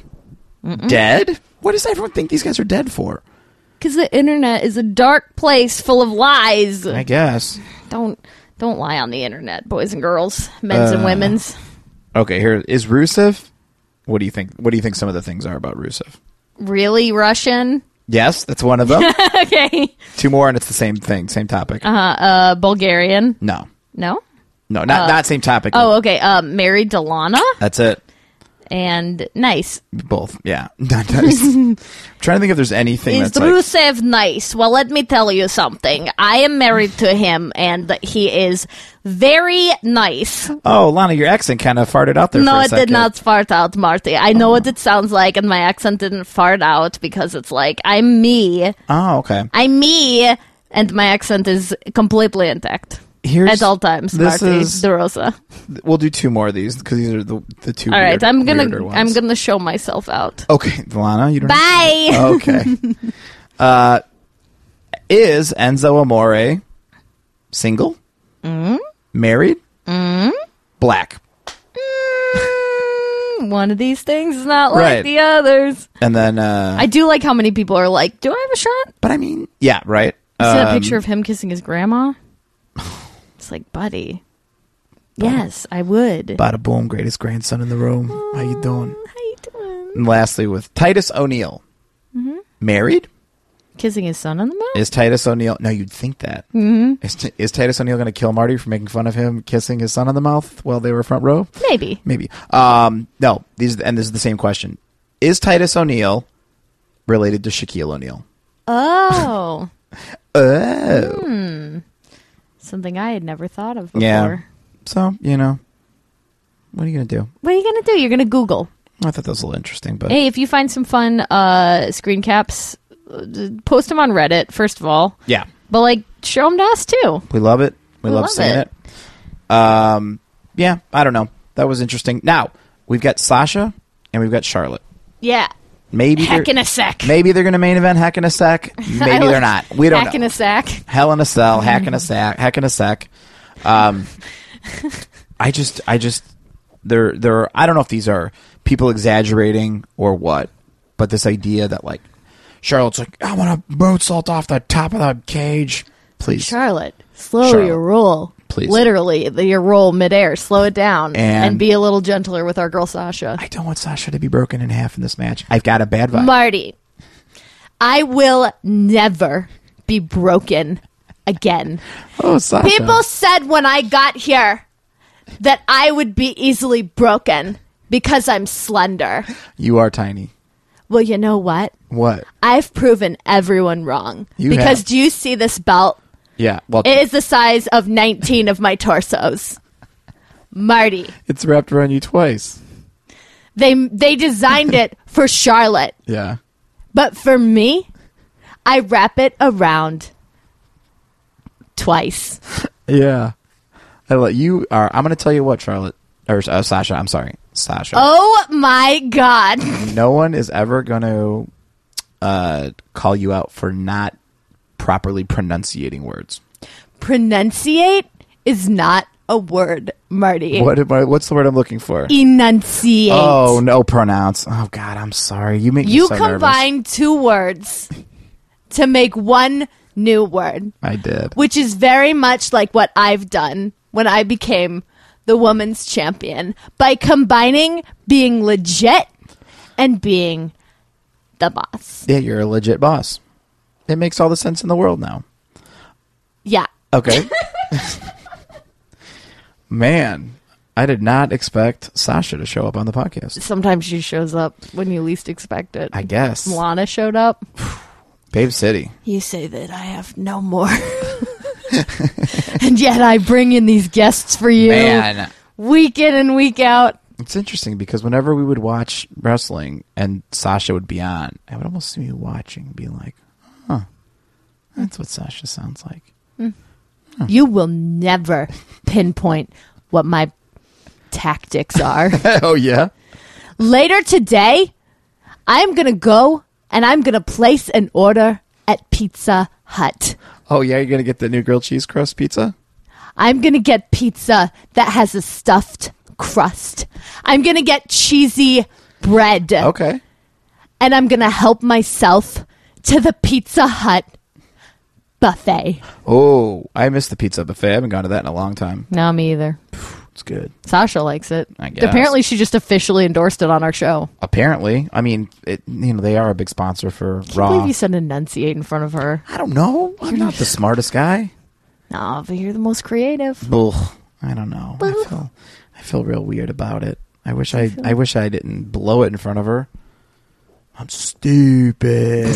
Speaker 3: dead. What does everyone think these guys are dead for?
Speaker 4: Because the internet is a dark place full of lies.
Speaker 3: I guess.
Speaker 4: don't don't lie on the internet, boys and girls, men's
Speaker 3: Uh.
Speaker 4: and women's.
Speaker 3: Okay, here is Rusev. What do you think? What do you think some of the things are about Rusev?
Speaker 4: Really Russian? *laughs*
Speaker 3: Yes, that's one of them.
Speaker 4: Okay.
Speaker 3: Two more, and it's the same thing, same topic.
Speaker 4: Uh Bulgarian?
Speaker 3: No,
Speaker 4: No.
Speaker 3: no, not not same topic.
Speaker 4: Oh, okay. Um married to Lana
Speaker 3: That's it.
Speaker 4: and nice.
Speaker 3: Both. Yeah. *laughs* Not
Speaker 4: *laughs*
Speaker 3: nice. I'm trying to think if there's anything
Speaker 4: Is
Speaker 3: that's like,
Speaker 4: Rusev nice? Well, let me tell you something. I am married to him and he is very nice.
Speaker 3: oh, Lana, your accent kind of farted out there.
Speaker 4: No,
Speaker 3: for a
Speaker 4: it did
Speaker 3: second. Oh.
Speaker 4: not fart out, Marty. I know what it sounds like and my accent didn't fart out because it's like I'm me.
Speaker 3: Oh, okay.
Speaker 4: I'm me, and my accent is completely intact
Speaker 3: Here's-
Speaker 4: at all times.
Speaker 3: this
Speaker 4: Marty
Speaker 3: is-
Speaker 4: DeRosa.
Speaker 3: We'll do two more of these because these are the the two.
Speaker 4: All right,
Speaker 3: weird-
Speaker 4: I'm gonna
Speaker 3: weirder ones.
Speaker 4: I'm gonna show myself out.
Speaker 3: Okay, Lana, you don't.
Speaker 4: Bye.
Speaker 3: Okay. uh, is Enzo Amore single? Mm?
Speaker 4: Mm-hmm.
Speaker 3: Married? Mm? Black.
Speaker 4: Mm, *laughs* One of these things is not like
Speaker 3: Right.
Speaker 4: the others.
Speaker 3: And then, uh,
Speaker 4: I do like how many people are like, "Do I have a shot?"
Speaker 3: but I mean, yeah, right.
Speaker 4: I see that
Speaker 3: Um,
Speaker 4: picture of him kissing his
Speaker 3: *sighs*
Speaker 4: grandma. It's like, buddy. Yes, I would.
Speaker 3: Bada boom, greatest grandson in the room. How you doing?
Speaker 4: How you doing?
Speaker 3: And lastly, with Titus O'Neil, married?
Speaker 4: Kissing his son on the mouth?
Speaker 3: Is Titus O'Neill? No, you'd think that. Mm-hmm. Is, T- is Titus O'Neill going to kill Marty for making fun of him kissing his son on the mouth while they were front row?
Speaker 4: Maybe.
Speaker 3: Maybe. Um, no, these and this is the same question. Is Titus O'Neill related to Shaquille O'Neal?
Speaker 4: Oh.
Speaker 3: Oh,
Speaker 4: Something I had never thought of before.
Speaker 3: yeah. So you know, what are you going to do?
Speaker 4: What are you going to do? You're going to Google.
Speaker 3: I thought that was a little interesting, but
Speaker 4: Hey, if you find some fun uh, screen caps, uh, d- post them on Reddit, first of all.
Speaker 3: yeah,
Speaker 4: But, like, show them to us, too.
Speaker 3: we love it. We,
Speaker 4: We
Speaker 3: love,
Speaker 4: love
Speaker 3: seeing it.
Speaker 4: it.
Speaker 3: Um, yeah, I don't know. That was interesting. Now we've got Sasha and we've got Charlotte.
Speaker 4: Yeah.
Speaker 3: Maybe they're-
Speaker 4: Heck in a sec. *laughs*
Speaker 3: Maybe they're going to main event hack in a sec. Maybe they're not. We don't
Speaker 4: Heck
Speaker 3: know.
Speaker 4: in a sack.
Speaker 3: Hell in
Speaker 4: *laughs*
Speaker 3: a cell, hack in a sack, hack in a sec. Um, I just, I just, there, there. Are, I don't know if these are people exaggerating or what, but this idea that like Charlotte's like, I want to moonsault off the top of the cage, please.
Speaker 4: Charlotte, slow
Speaker 3: Charlotte,
Speaker 4: your roll.
Speaker 3: please.
Speaker 4: Literally, the- your roll midair. Slow it down.
Speaker 3: And-
Speaker 4: be a little gentler with our girl, Sasha.
Speaker 3: I don't want Sasha to be broken in half in this match. I've got a bad vibe.
Speaker 4: Marty, I will never be broken again.
Speaker 3: oh, Sasha.
Speaker 4: People said when I got here that I would be easily broken because I'm slender.
Speaker 3: you are tiny.
Speaker 4: Well, you know what?
Speaker 3: What?
Speaker 4: I've proven everyone wrong.
Speaker 3: You
Speaker 4: because
Speaker 3: have.
Speaker 4: do you see this belt?
Speaker 3: Yeah. Well,
Speaker 4: It is the size of 19 of my torsos. Marty,
Speaker 3: it's wrapped around you twice.
Speaker 4: they they designed
Speaker 3: *laughs*
Speaker 4: it for Charlotte,
Speaker 3: Yeah.
Speaker 4: but for me, I wrap it around twice.
Speaker 3: Yeah. I let you are I'm going to tell you what Charlotte or uh, Sasha, I'm sorry. Sasha.
Speaker 4: Oh my god.
Speaker 3: No one is ever going to uh call you out for not properly pronunciating words.
Speaker 4: Pronunciate is not a word, Marty.
Speaker 3: What am I what's the word I'm looking for?
Speaker 4: Enunciate.
Speaker 3: Oh, no pronounce. Oh god, I'm sorry. You make me
Speaker 4: you
Speaker 3: so nervous.
Speaker 4: combine two words to make one new word.
Speaker 3: I did.
Speaker 4: which is very much like what I've done when I became the woman's champion by combining being legit and being the boss.
Speaker 3: Yeah, you're a legit boss. It makes all the sense in the world now.
Speaker 4: Yeah.
Speaker 3: Okay. Man, I did not expect Sasha to show up on the podcast.
Speaker 4: Sometimes she shows up when you least expect it.
Speaker 3: I guess.
Speaker 4: Lana showed up.
Speaker 3: Babe City.
Speaker 4: You say that I have no more. *laughs* and yet I bring in these guests for you
Speaker 3: Man,
Speaker 4: week in and week out.
Speaker 3: it's interesting because whenever we would watch wrestling and Sasha would be on, I would almost see you watching and be like, huh, that's what Sasha sounds like.
Speaker 4: You will never pinpoint what my tactics are.
Speaker 3: *laughs* oh, yeah?
Speaker 4: Later today, I'm going to go and I'm going to place an order at Pizza Hut.
Speaker 3: Oh, yeah, you're going to get the new grilled cheese crust pizza?
Speaker 4: I'm going to get pizza that has a stuffed crust. I'm going to get cheesy bread.
Speaker 3: Okay.
Speaker 4: And I'm going to help myself to the Pizza Hut buffet.
Speaker 3: Oh, I missed the pizza buffet. I haven't gone to that in a long time.
Speaker 4: No, me either.
Speaker 3: It's good.
Speaker 4: Sasha likes it.
Speaker 3: I guess.
Speaker 4: Apparently, she just officially endorsed it on our show.
Speaker 3: Apparently. I mean, it, you know, they are a big sponsor for
Speaker 4: I can't
Speaker 3: Raw.
Speaker 4: believe you said enunciate in front of her.
Speaker 3: I don't know. I'm not the smartest guy.
Speaker 4: No, but you're the most creative.
Speaker 3: Ugh, I don't know. I
Speaker 4: Ugh.
Speaker 3: feel I feel real weird about it. I wish I I wish I didn't blow it in front of her. I'm stupid.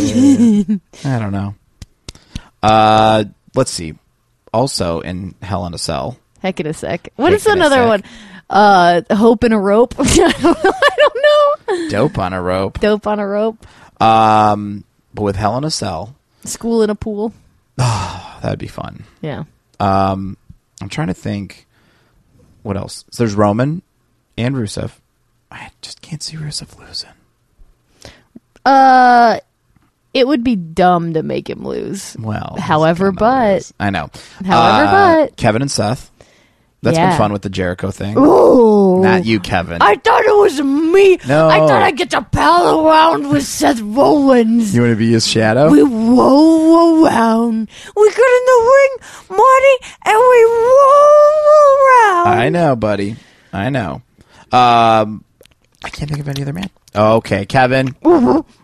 Speaker 3: I don't know. Uh, let's see. Also in Hell in a Cell.
Speaker 4: Heck in a sec. What
Speaker 3: Heck
Speaker 4: is
Speaker 3: in a
Speaker 4: another
Speaker 3: sec.
Speaker 4: one? Uh, hope in a rope. *laughs* I don't know.
Speaker 3: Dope on a rope.
Speaker 4: Dope on a rope.
Speaker 3: Um, but with Hell in a Cell, oh,
Speaker 4: School in a pool.
Speaker 3: that'd be fun.
Speaker 4: Yeah.
Speaker 3: Um, I'm trying to think what else. So there's Roman and Rusev. I just can't see Rusev losing.
Speaker 4: Uh, it would be dumb to make him lose.
Speaker 3: Well,
Speaker 4: However,
Speaker 3: that's kinda what it
Speaker 4: but-
Speaker 3: is. I know. Uh,
Speaker 4: However, but-
Speaker 3: Kevin and Seth. That's been
Speaker 4: Yeah.
Speaker 3: fun with the Jericho thing.
Speaker 4: Oh,
Speaker 3: Not you, Kevin.
Speaker 4: I thought it was me.
Speaker 3: No.
Speaker 4: I thought I'd get to pal around with Seth Rollins.
Speaker 3: you want to be his shadow?
Speaker 4: we roll around. We get in the ring, Marty, and we roll around.
Speaker 3: I know, buddy. I know. Um, I can't think of any other man. Okay, Kevin,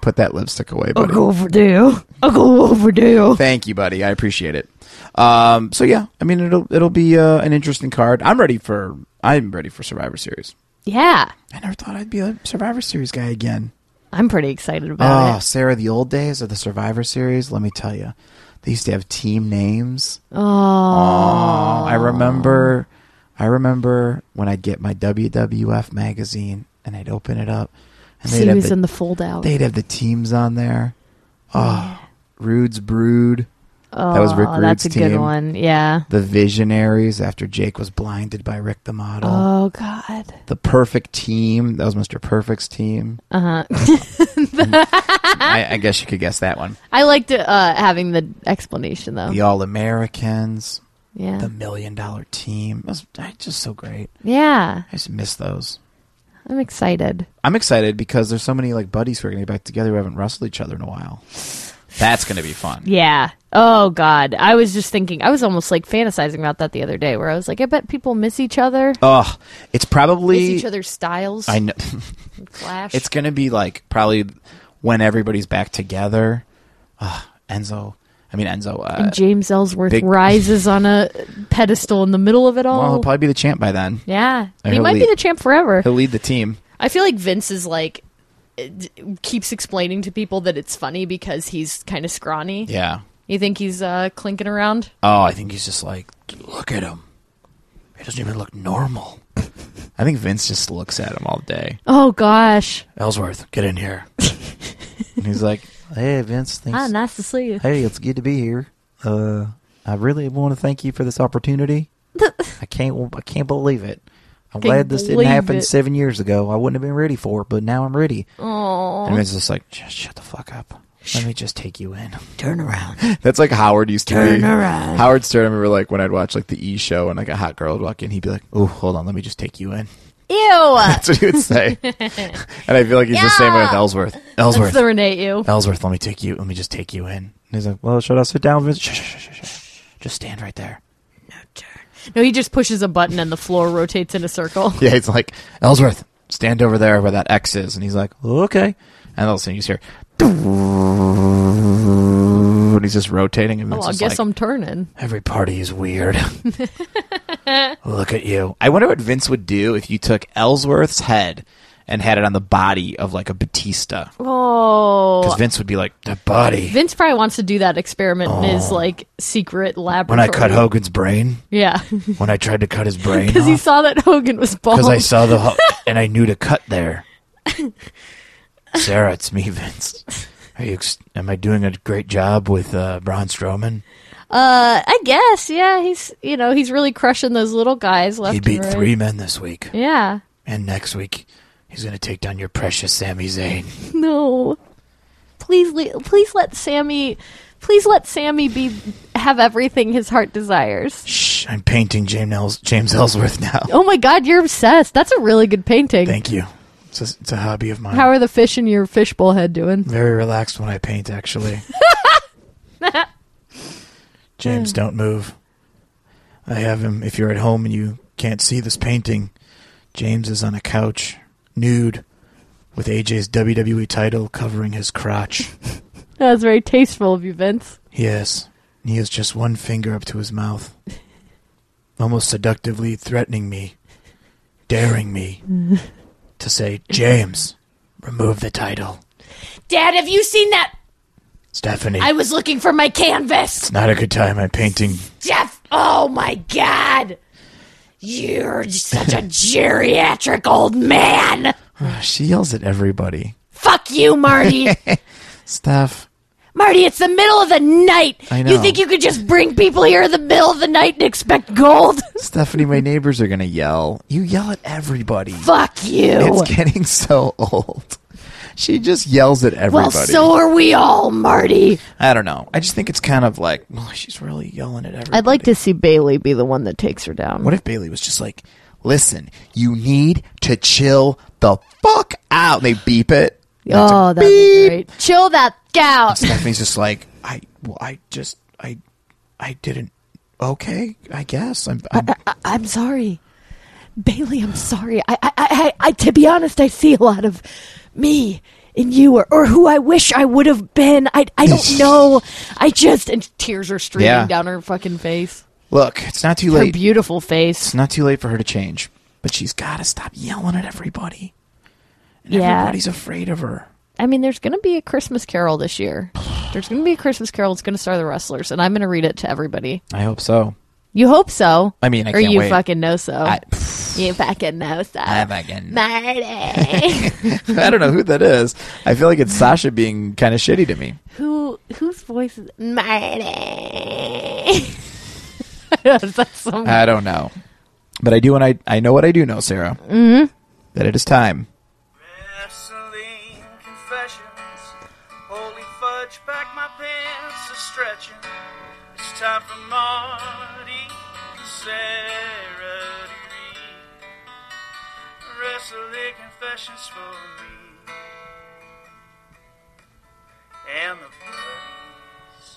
Speaker 3: put that lipstick away, buddy.
Speaker 4: overdue. I'll go overdue.
Speaker 3: Thank you, buddy. I appreciate it. Um, so yeah, I mean it'll it'll be uh, an interesting card. I'm ready for I'm ready for Survivor Series.
Speaker 4: Yeah,
Speaker 3: I never thought I'd be a Survivor Series guy again.
Speaker 4: I'm pretty excited about
Speaker 3: Oh,
Speaker 4: it.
Speaker 3: Sarah, the old days of the Survivor Series. Let me tell you, they used to have team names.
Speaker 4: Oh,
Speaker 3: I remember, I remember when I'd get my WWF magazine and I'd open it up, and
Speaker 4: see
Speaker 3: have
Speaker 4: who's in the fold out.
Speaker 3: They'd have the teams on there. Oh, Rude's Brood,
Speaker 4: oh,
Speaker 3: was Rick
Speaker 4: that's a
Speaker 3: Rude's
Speaker 4: good
Speaker 3: team.
Speaker 4: one. Yeah.
Speaker 3: the Visionaries after Jake was blinded by Rick the Model,
Speaker 4: Oh God.
Speaker 3: the Perfect Team. That was Mr.
Speaker 4: *laughs*
Speaker 3: Perfect's team.
Speaker 4: Uh huh.
Speaker 3: I, I guess you could guess that one.
Speaker 4: I liked uh, having the explanation though.
Speaker 3: The All Americans,
Speaker 4: Oh. Yeah.
Speaker 3: the Million Dollar Team. It was uh, just so great.
Speaker 4: yeah.
Speaker 3: I just miss those.
Speaker 4: I'm excited.
Speaker 3: I'm excited because there's so many like buddies who are gonna get back together who haven't wrestled each other in a while. That's gonna be fun.
Speaker 4: Yeah. Oh God. I was just thinking. I was almost like fantasizing about that the other day, where I was like, I bet people miss each other,
Speaker 3: Ugh, it's
Speaker 4: miss
Speaker 3: probably
Speaker 4: each other's styles.
Speaker 3: I know
Speaker 4: clash.
Speaker 3: it's gonna be like probably when everybody's back together. Ugh, Enzo, I mean Enzo. Uh,
Speaker 4: and James Ellsworth
Speaker 3: big-
Speaker 4: rises on a pedestal in the middle of it
Speaker 3: well,
Speaker 4: all.
Speaker 3: he'll probably be the champ by then.
Speaker 4: yeah, he
Speaker 3: And he'll
Speaker 4: might be
Speaker 3: lead-
Speaker 4: the champ forever.
Speaker 3: He'll lead the team.
Speaker 4: I feel like Vince is like eh, d- keeps explaining to people that it's funny because he's kind of scrawny.
Speaker 3: Yeah.
Speaker 4: You think he's uh, clinking around?
Speaker 3: Oh, I think he's just like, look at him. He doesn't even look normal. I think Vince just looks at him all day.
Speaker 4: Oh gosh.
Speaker 3: Ellsworth, get in here.
Speaker 4: *laughs*
Speaker 3: and he's like, *laughs* hey Vince, thanks.
Speaker 4: Ah, nice to see
Speaker 3: *laughs*
Speaker 4: you.
Speaker 3: Hey, it's good to be here. Uh, I really want to thank you for
Speaker 4: *laughs*
Speaker 3: this opportunity. I can't, I can't believe it. I'm glad this didn't
Speaker 4: believe
Speaker 3: happen
Speaker 4: it.
Speaker 3: seven years ago. I wouldn't have been ready for it, but now I'm ready.
Speaker 4: Oh,
Speaker 3: And Vince is just like, just shut the fuck up. Let me just take you in.
Speaker 4: *laughs* turn around.
Speaker 3: *laughs* That's like Howard used to
Speaker 4: Turn
Speaker 3: be.
Speaker 4: around.
Speaker 3: Howard Stern, I remember like when I'd watch like the E show and like a hot girl would walk in, he'd be like, oh, hold on, let me just take you in. *laughs*
Speaker 4: Ew.
Speaker 3: That's what he
Speaker 4: *laughs*
Speaker 3: would say. and I feel like he's the same way with
Speaker 4: Yeah.
Speaker 3: Ellsworth. Ellsworth.
Speaker 4: That's the Renee you.
Speaker 3: Ellsworth, let me take you. Let me just take you in. And he's like, well, should I sit down, Vince? Shh, shh, shh, shh, shh. Just stand right there. *laughs*
Speaker 4: No, he just pushes a button and the floor rotates in a
Speaker 3: *laughs*
Speaker 4: circle.
Speaker 3: Yeah, he's like, Ellsworth, stand over there where that X is. And he's like, okay. And all of a sudden you just hear, *laughs* and he's just rotating. And
Speaker 4: Oh,
Speaker 3: Vince
Speaker 4: I
Speaker 3: is
Speaker 4: guess
Speaker 3: like,
Speaker 4: I'm turning.
Speaker 3: every party
Speaker 4: *laughs*
Speaker 3: is weird. *laughs* Look at you. I wonder what Vince would do if you took Ellsworth's head and had it on the body of like a Batista.
Speaker 4: Oh.
Speaker 3: Because Vince would be like, that body.
Speaker 4: Vince probably wants to do that experiment in his like secret
Speaker 3: Oh. when
Speaker 4: laboratory.
Speaker 3: I cut Hogan's brain,
Speaker 4: Yeah. *laughs*
Speaker 3: when I tried to cut his brain
Speaker 4: Because
Speaker 3: off.
Speaker 4: he saw that Hogan
Speaker 3: *laughs*
Speaker 4: was bald.
Speaker 3: because I saw
Speaker 4: *laughs*
Speaker 3: the ho- and I knew to cut there. Sarah, it's me, Vince. Are you ex- am I doing a great job with uh, Braun Strowman?
Speaker 4: uh, I guess, yeah. He's, you know, he's really crushing those little guys left
Speaker 3: He beat
Speaker 4: and right.
Speaker 3: three men this week,
Speaker 4: Yeah. *laughs*
Speaker 3: and next week he's going to take down your precious Sami Zayn.
Speaker 4: No. Please, le- please let Sammy, please let Sammy be have everything his heart desires.
Speaker 3: Shh, I'm painting James Ells- James Ellsworth now.
Speaker 4: Oh my God, you're obsessed. That's a really good painting.
Speaker 3: Thank you. It's a, it's a hobby of mine.
Speaker 4: How are the fish in your fishbowl head doing?
Speaker 3: Very relaxed when I paint, actually. James, don't move. I have him. If you're at home and you can't see this painting, James is on a couch, nude, with AJ's WWE E title covering his crotch.
Speaker 4: That was very tasteful of you, Vince.
Speaker 3: Yes, and he has just one finger up to his mouth, almost seductively threatening me,
Speaker 4: *laughs*
Speaker 3: daring me to say, James, remove the title.
Speaker 4: Dad, have you seen that?
Speaker 3: Stephanie,
Speaker 4: I was looking for my canvas.
Speaker 3: not a good time. I'm painting
Speaker 4: Jeff, oh my God. You're such a geriatric old man.
Speaker 3: She yells at everybody.
Speaker 4: Fuck you,
Speaker 3: *laughs*
Speaker 4: Marty.
Speaker 3: Steph.
Speaker 4: Marty, it's the middle of the night.
Speaker 3: I know.
Speaker 4: You think you could just bring people here in the middle of the night and expect gold? *laughs*
Speaker 3: Stephanie, my neighbors are going to yell. You yell at everybody.
Speaker 4: Fuck you.
Speaker 3: It's getting so old. She just yells at everybody.
Speaker 4: Well, so are we all, Marty.
Speaker 3: I don't know. I just think it's kind of like, *laughs* well, she's really yelling at everybody.
Speaker 4: I'd like to see Bailey be the one that takes her down.
Speaker 3: What if Bailey was just like, listen, you need to chill the fuck out? They beep it. And it's
Speaker 4: Oh,
Speaker 3: like,
Speaker 4: that'd
Speaker 3: beep.
Speaker 4: be great. Chill that out.
Speaker 3: *laughs* Stephanie's just like, I, well, I just, I, I didn't. Okay, I guess. I'm, I'm
Speaker 4: I'm sorry. Bailey, I'm sorry. I, I, I, I, to be honest, I see a lot of me and you or, or who I wish I would have been. I, I
Speaker 3: *laughs*
Speaker 4: don't know. I just, and tears are streaming
Speaker 3: Yeah.
Speaker 4: down her fucking face.
Speaker 3: Look, it's not too
Speaker 4: Her
Speaker 3: late.
Speaker 4: beautiful face.
Speaker 3: it's not too late for her to change, but she's got to stop yelling at everybody. And
Speaker 4: Yeah.
Speaker 3: everybody's afraid of her.
Speaker 4: I mean, there's going to be a Christmas Carol this year. There's going to be a Christmas Carol. It's going to star the wrestlers, and I'm going to read it to everybody.
Speaker 3: I hope so.
Speaker 4: You hope so.
Speaker 3: I mean, I
Speaker 4: or
Speaker 3: can't
Speaker 4: you
Speaker 3: wait.
Speaker 4: fucking know so. *laughs*
Speaker 3: I,
Speaker 4: you fucking know so.
Speaker 3: I fucking-
Speaker 4: Marty.
Speaker 3: *laughs* I don't know who that is. I feel like it's Sasha being kind of shitty to me.
Speaker 4: Who whose voice is
Speaker 3: *laughs*
Speaker 4: Marty? Is that some-
Speaker 3: I don't know. But I do and I I know what I do know, Sarah. Mm-hmm. That it is time.
Speaker 6: Wrestling confessions. Holy fudge, back my pants are stretching. It's time for Marty and Sarah to read. Wrestling confessions for me. And the buddies.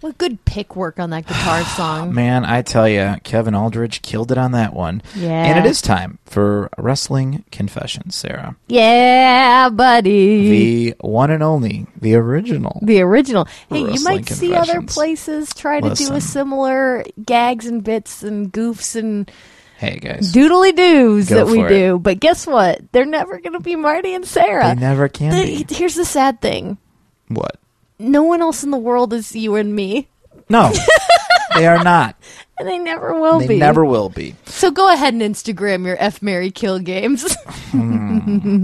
Speaker 4: what good pick work on that
Speaker 3: *sighs*
Speaker 4: guitar song.
Speaker 3: Man, I tell you, Kevin Aldridge killed it on that one.
Speaker 4: Yeah.
Speaker 3: And it is time for Wrestling Confessions, Sarah.
Speaker 4: yeah, buddy.
Speaker 3: The one and only, the original.
Speaker 4: The original. Hey, you
Speaker 3: Wrestling
Speaker 4: might see other
Speaker 3: confessions.
Speaker 4: places try to do
Speaker 3: Listen.
Speaker 4: a similar gags and bits and goofs and
Speaker 3: Hey, guys.
Speaker 4: doodly doos
Speaker 3: Go
Speaker 4: that we
Speaker 3: for it.
Speaker 4: do. But guess what? They're never going to be Marty and Sarah.
Speaker 3: They never can
Speaker 4: The-
Speaker 3: be.
Speaker 4: here's the sad thing
Speaker 3: What?
Speaker 4: no one else in the world is you and me. *laughs*
Speaker 3: No. they are not.
Speaker 4: And they never will
Speaker 3: They
Speaker 4: be.
Speaker 3: never will be.
Speaker 4: So go ahead and Instagram your F Mary Kill games. *laughs*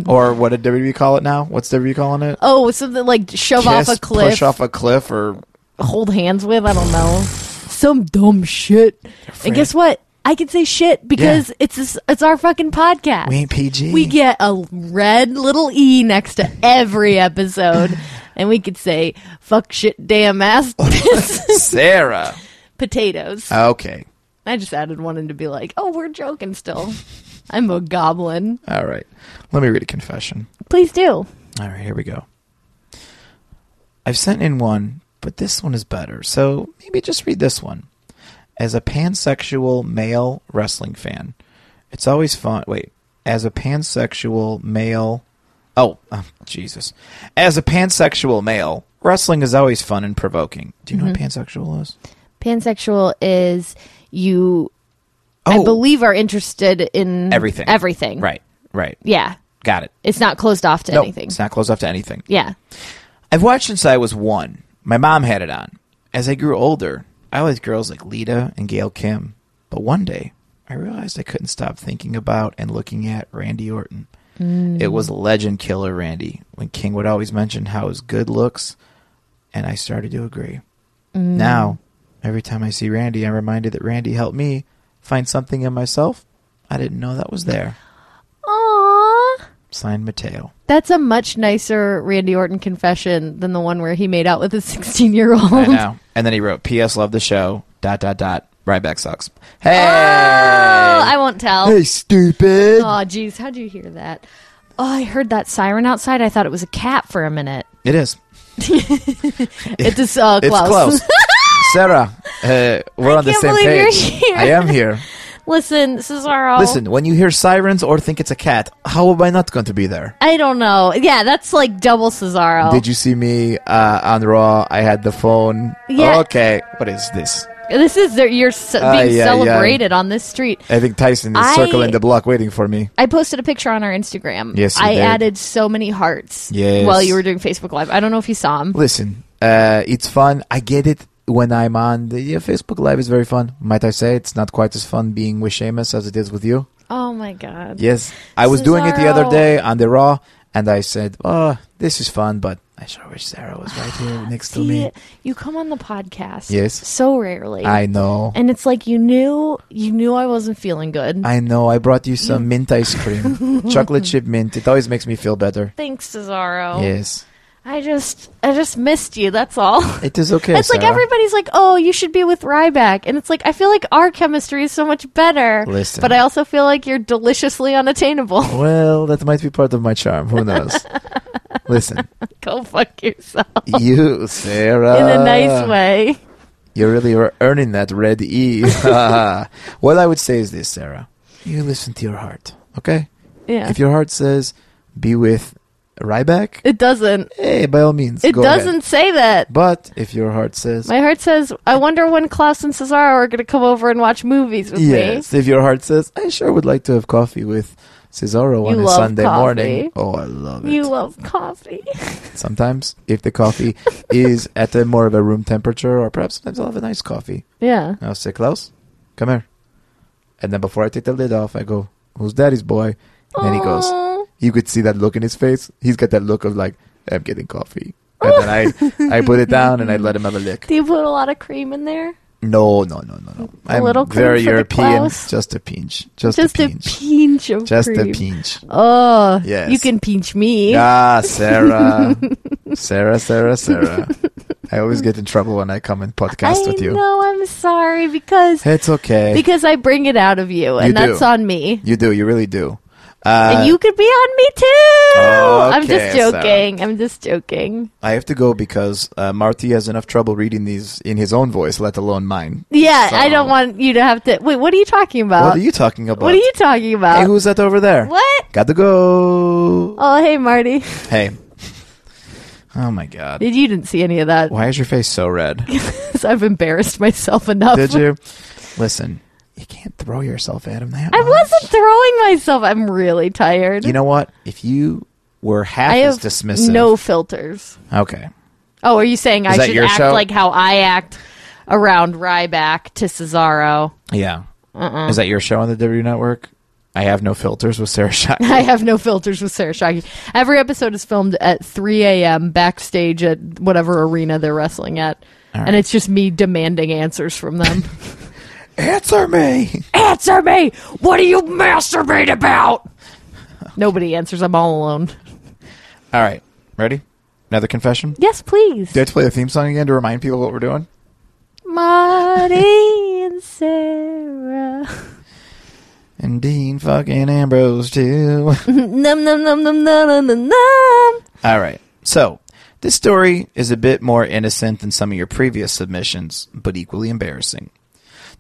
Speaker 3: Or what did WWE call it now? What's WWE calling it?
Speaker 4: oh, something like shove off
Speaker 3: Kiss,
Speaker 4: a cliff,
Speaker 3: Push off a cliff or
Speaker 4: hold hands with. I don't know, some dumb shit. And guess what? I can say shit because
Speaker 3: Yeah.
Speaker 4: it's this, it's our fucking podcast.
Speaker 3: we ain't PG.
Speaker 4: We get a red little e next to every
Speaker 3: *laughs*
Speaker 4: episode, and we could say fuck, shit, damn ass,
Speaker 3: Oh,
Speaker 4: piss,
Speaker 3: Sarah.
Speaker 4: *laughs* potatoes.
Speaker 3: Okay.
Speaker 4: I just added one in to be like, oh, we're joking still. I'm a goblin.
Speaker 3: All right. Let me read a confession.
Speaker 4: Please do.
Speaker 3: All right, here we go. I've sent in one, but this one is better. So maybe just read this one. As a pansexual male wrestling fan, it's always fun. Wait, as a pansexual male. Oh, *laughs* oh, Jesus. As a pansexual male, wrestling is always fun and provoking. Do you know
Speaker 4: Mm-hmm.
Speaker 3: what pansexual is?
Speaker 4: Pansexual is you
Speaker 3: Oh,
Speaker 4: I believe are interested in
Speaker 3: everything.
Speaker 4: Everything.
Speaker 3: Right, right.
Speaker 4: Yeah.
Speaker 3: Got it.
Speaker 4: It's not closed off to
Speaker 3: No,
Speaker 4: anything.
Speaker 3: it's not closed off to anything.
Speaker 4: Yeah.
Speaker 3: I've watched since I was one. My mom had it on. As I grew older, I liked girls like Lita and Gail Kim. But one day, I realized I couldn't stop thinking about and looking at Randy Orton. It was legend killer Randy when King would always mention how his good looks, and I started to agree. Now, every time I see Randy, I'm reminded that Randy helped me find something in myself I didn't know that was there.
Speaker 4: Aww.
Speaker 3: Signed Mateo.
Speaker 4: That's a much nicer Randy Orton confession than the one where he made out with a *laughs* 16 year old. *laughs*
Speaker 3: I know. And then he wrote, P.S. Love the show. Dot dot dot. Ryback sucks. Hey.
Speaker 4: Oh, I won't tell.
Speaker 7: Hey, stupid.
Speaker 4: Oh, jeez. How'd you hear that? Oh, I heard that siren outside. I thought it was a cat for a
Speaker 3: *laughs*
Speaker 4: minute.
Speaker 3: It is.
Speaker 4: It's just, uh,
Speaker 3: It's
Speaker 4: close.
Speaker 3: close. Sarah, uh, we're on the
Speaker 4: can't
Speaker 3: same
Speaker 4: believe you're
Speaker 3: page.
Speaker 4: here.
Speaker 3: I
Speaker 4: *laughs*
Speaker 3: am here.
Speaker 4: *laughs* Listen, Cesaro.
Speaker 3: Listen, when you hear sirens or think it's a cat, how am I not going to be there?
Speaker 4: I don't know. Yeah, that's like double Cesaro.
Speaker 3: Did you see me uh, on Raw? I had the phone.
Speaker 4: Yeah.
Speaker 3: Okay. What is this?
Speaker 4: This is their, you're ce-
Speaker 3: Ay,
Speaker 4: being
Speaker 3: ay, ay.
Speaker 4: celebrated on this street.
Speaker 3: I think Tyson is
Speaker 4: I-
Speaker 3: circling the block waiting for me.
Speaker 4: I posted a picture on our Instagram.
Speaker 3: Yes, you
Speaker 4: I
Speaker 3: did.
Speaker 4: added so many hearts
Speaker 3: Yes.
Speaker 4: while you were doing Facebook Live. I don't know if you saw them.
Speaker 3: Listen, uh, it's fun. I get it when I'm on the yeah, Facebook Live. is very fun. Might I say it's not quite as fun being with Seamus as it is with you.
Speaker 4: Oh my god.
Speaker 3: Yes, I was doing it the other
Speaker 4: Cesaro.
Speaker 3: day on the Raw, and I said, "Oh, this is fun," but I sure wish Sarah was right
Speaker 4: *sighs*
Speaker 3: here next to
Speaker 4: See,
Speaker 3: me.
Speaker 4: you come on the podcast
Speaker 3: Yes.
Speaker 4: so rarely.
Speaker 3: I know.
Speaker 4: and it's like you knew you knew I wasn't feeling good.
Speaker 3: I know. I brought you some mint
Speaker 4: *laughs*
Speaker 3: ice cream, chocolate chip mint. It always makes me feel better.
Speaker 4: Thanks, Cesaro.
Speaker 3: Yes,
Speaker 4: I just I just missed you, that's all. *laughs*
Speaker 3: it is okay.
Speaker 4: It's like
Speaker 3: Sarah.
Speaker 4: everybody's like, "Oh, you should be with Ryback," and it's like I feel like our chemistry is so much better.
Speaker 3: Listen.
Speaker 4: but I also feel like you're deliciously
Speaker 3: *laughs*
Speaker 4: unattainable.
Speaker 3: Well, that might be part of my
Speaker 4: *laughs*
Speaker 3: charm. Who knows? Listen,
Speaker 4: Go fuck yourself
Speaker 3: you, Sarah,
Speaker 4: in a nice way.
Speaker 3: You're really are earning that red E. *laughs* what I would say is this, Sarah. You listen to your heart, okay?
Speaker 4: Yeah.
Speaker 3: If your heart says, be with Ryback?
Speaker 4: It doesn't.
Speaker 3: Hey, by all means.
Speaker 4: It
Speaker 3: go ahead.
Speaker 4: doesn't say that.
Speaker 3: But if your heart says
Speaker 4: My heart says, I wonder when Klaus and Cesaro are going to come over and watch movies with
Speaker 3: yes, if your heart says I sure would like to have coffee with Cesaro on a
Speaker 4: love
Speaker 3: Sunday
Speaker 4: coffee.
Speaker 3: morning. Oh, I love it.
Speaker 4: me. You love coffee.
Speaker 3: Sometimes, if the coffee is at a more of a room temperature, or perhaps sometimes I'll have a nice coffee.
Speaker 4: yeah.
Speaker 3: And I'll say, Klaus, come here. And then before I take the lid off, I go, Who's daddy's boy? And then he goes,
Speaker 4: Aw.
Speaker 3: You could see that look in his face. He's got that look of like, I'm getting coffee. And then
Speaker 4: *laughs*
Speaker 3: I, I put it down and I let him have a lick.
Speaker 4: Do you put a lot of cream in there?
Speaker 3: No, no, no, no, no.
Speaker 4: A
Speaker 3: I'm
Speaker 4: little cream
Speaker 3: very
Speaker 4: for the
Speaker 3: European.
Speaker 4: Klaus?
Speaker 3: Just a pinch. Just,
Speaker 4: Just
Speaker 3: a
Speaker 4: a
Speaker 3: pinch.
Speaker 4: pinch of
Speaker 3: Just
Speaker 4: cream.
Speaker 3: a pinch.
Speaker 4: Oh,
Speaker 3: Yes.
Speaker 4: you can pinch me.
Speaker 3: Ah,
Speaker 4: *laughs*
Speaker 3: Sarah. Sarah, Sarah, Sarah. I always get in trouble when I come and podcast
Speaker 4: I
Speaker 3: with you.
Speaker 4: know. I'm sorry because
Speaker 3: It's okay.
Speaker 4: because I bring it out of you, and
Speaker 3: You do.
Speaker 4: that's on me.
Speaker 3: you do. You really do. Uh, Oh,
Speaker 4: and you could be on me too. I'm
Speaker 3: Okay,
Speaker 4: just joking. I'm just joking.
Speaker 3: I have to go because uh, Marty has enough trouble reading these in his own voice, let alone mine.
Speaker 4: Yeah, I
Speaker 3: So-
Speaker 4: don't want you to have to. Wait, what are you talking about?
Speaker 3: what are you talking about?
Speaker 4: What are you talking about?
Speaker 3: Hey, who's that over there?
Speaker 4: Uh, what?
Speaker 3: Got to go.
Speaker 4: Oh, hey, Marty. *laughs*
Speaker 3: Hey. Oh my God.
Speaker 4: Did you didn't see any of that? *laughs*
Speaker 3: Why is your face so red?
Speaker 4: Because I've embarrassed myself enough.
Speaker 3: Did you? Listen, you can't throw yourself at him that
Speaker 4: I
Speaker 3: much.
Speaker 4: wasn't throwing myself. I'm really tired.
Speaker 3: You know what? If you were half
Speaker 4: I
Speaker 3: as
Speaker 4: have
Speaker 3: dismissive,
Speaker 4: no filters.
Speaker 3: Okay.
Speaker 4: Oh, are you saying
Speaker 3: Is that
Speaker 4: I should
Speaker 3: your
Speaker 4: act
Speaker 3: show?
Speaker 4: like how I act around Ryback to Cesaro?
Speaker 3: Yeah.
Speaker 4: Uh-uh.
Speaker 3: Is that your show on the W Network? I have no filters with Sarah
Speaker 4: *laughs*
Speaker 3: Shock.
Speaker 4: I have no filters with Sarah Shockey. Every episode is filmed at 3 a.m. backstage at whatever arena they're wrestling at.
Speaker 3: right.
Speaker 4: And it's just me demanding answers from them.
Speaker 3: Answer me.
Speaker 4: *laughs* Answer me! What are you masturbating about? Nobody answers. I'm all alone.
Speaker 3: All right. Ready? Another confession?
Speaker 4: Yes, please.
Speaker 3: Do I have to play the theme song again to remind people what we're doing?
Speaker 4: *laughs* Marty and Sarah.
Speaker 3: And Dean fucking Ambrose too.
Speaker 4: Num num num num num num num num.
Speaker 3: All right. So, this story is a bit more innocent than some of your previous submissions, but equally embarrassing.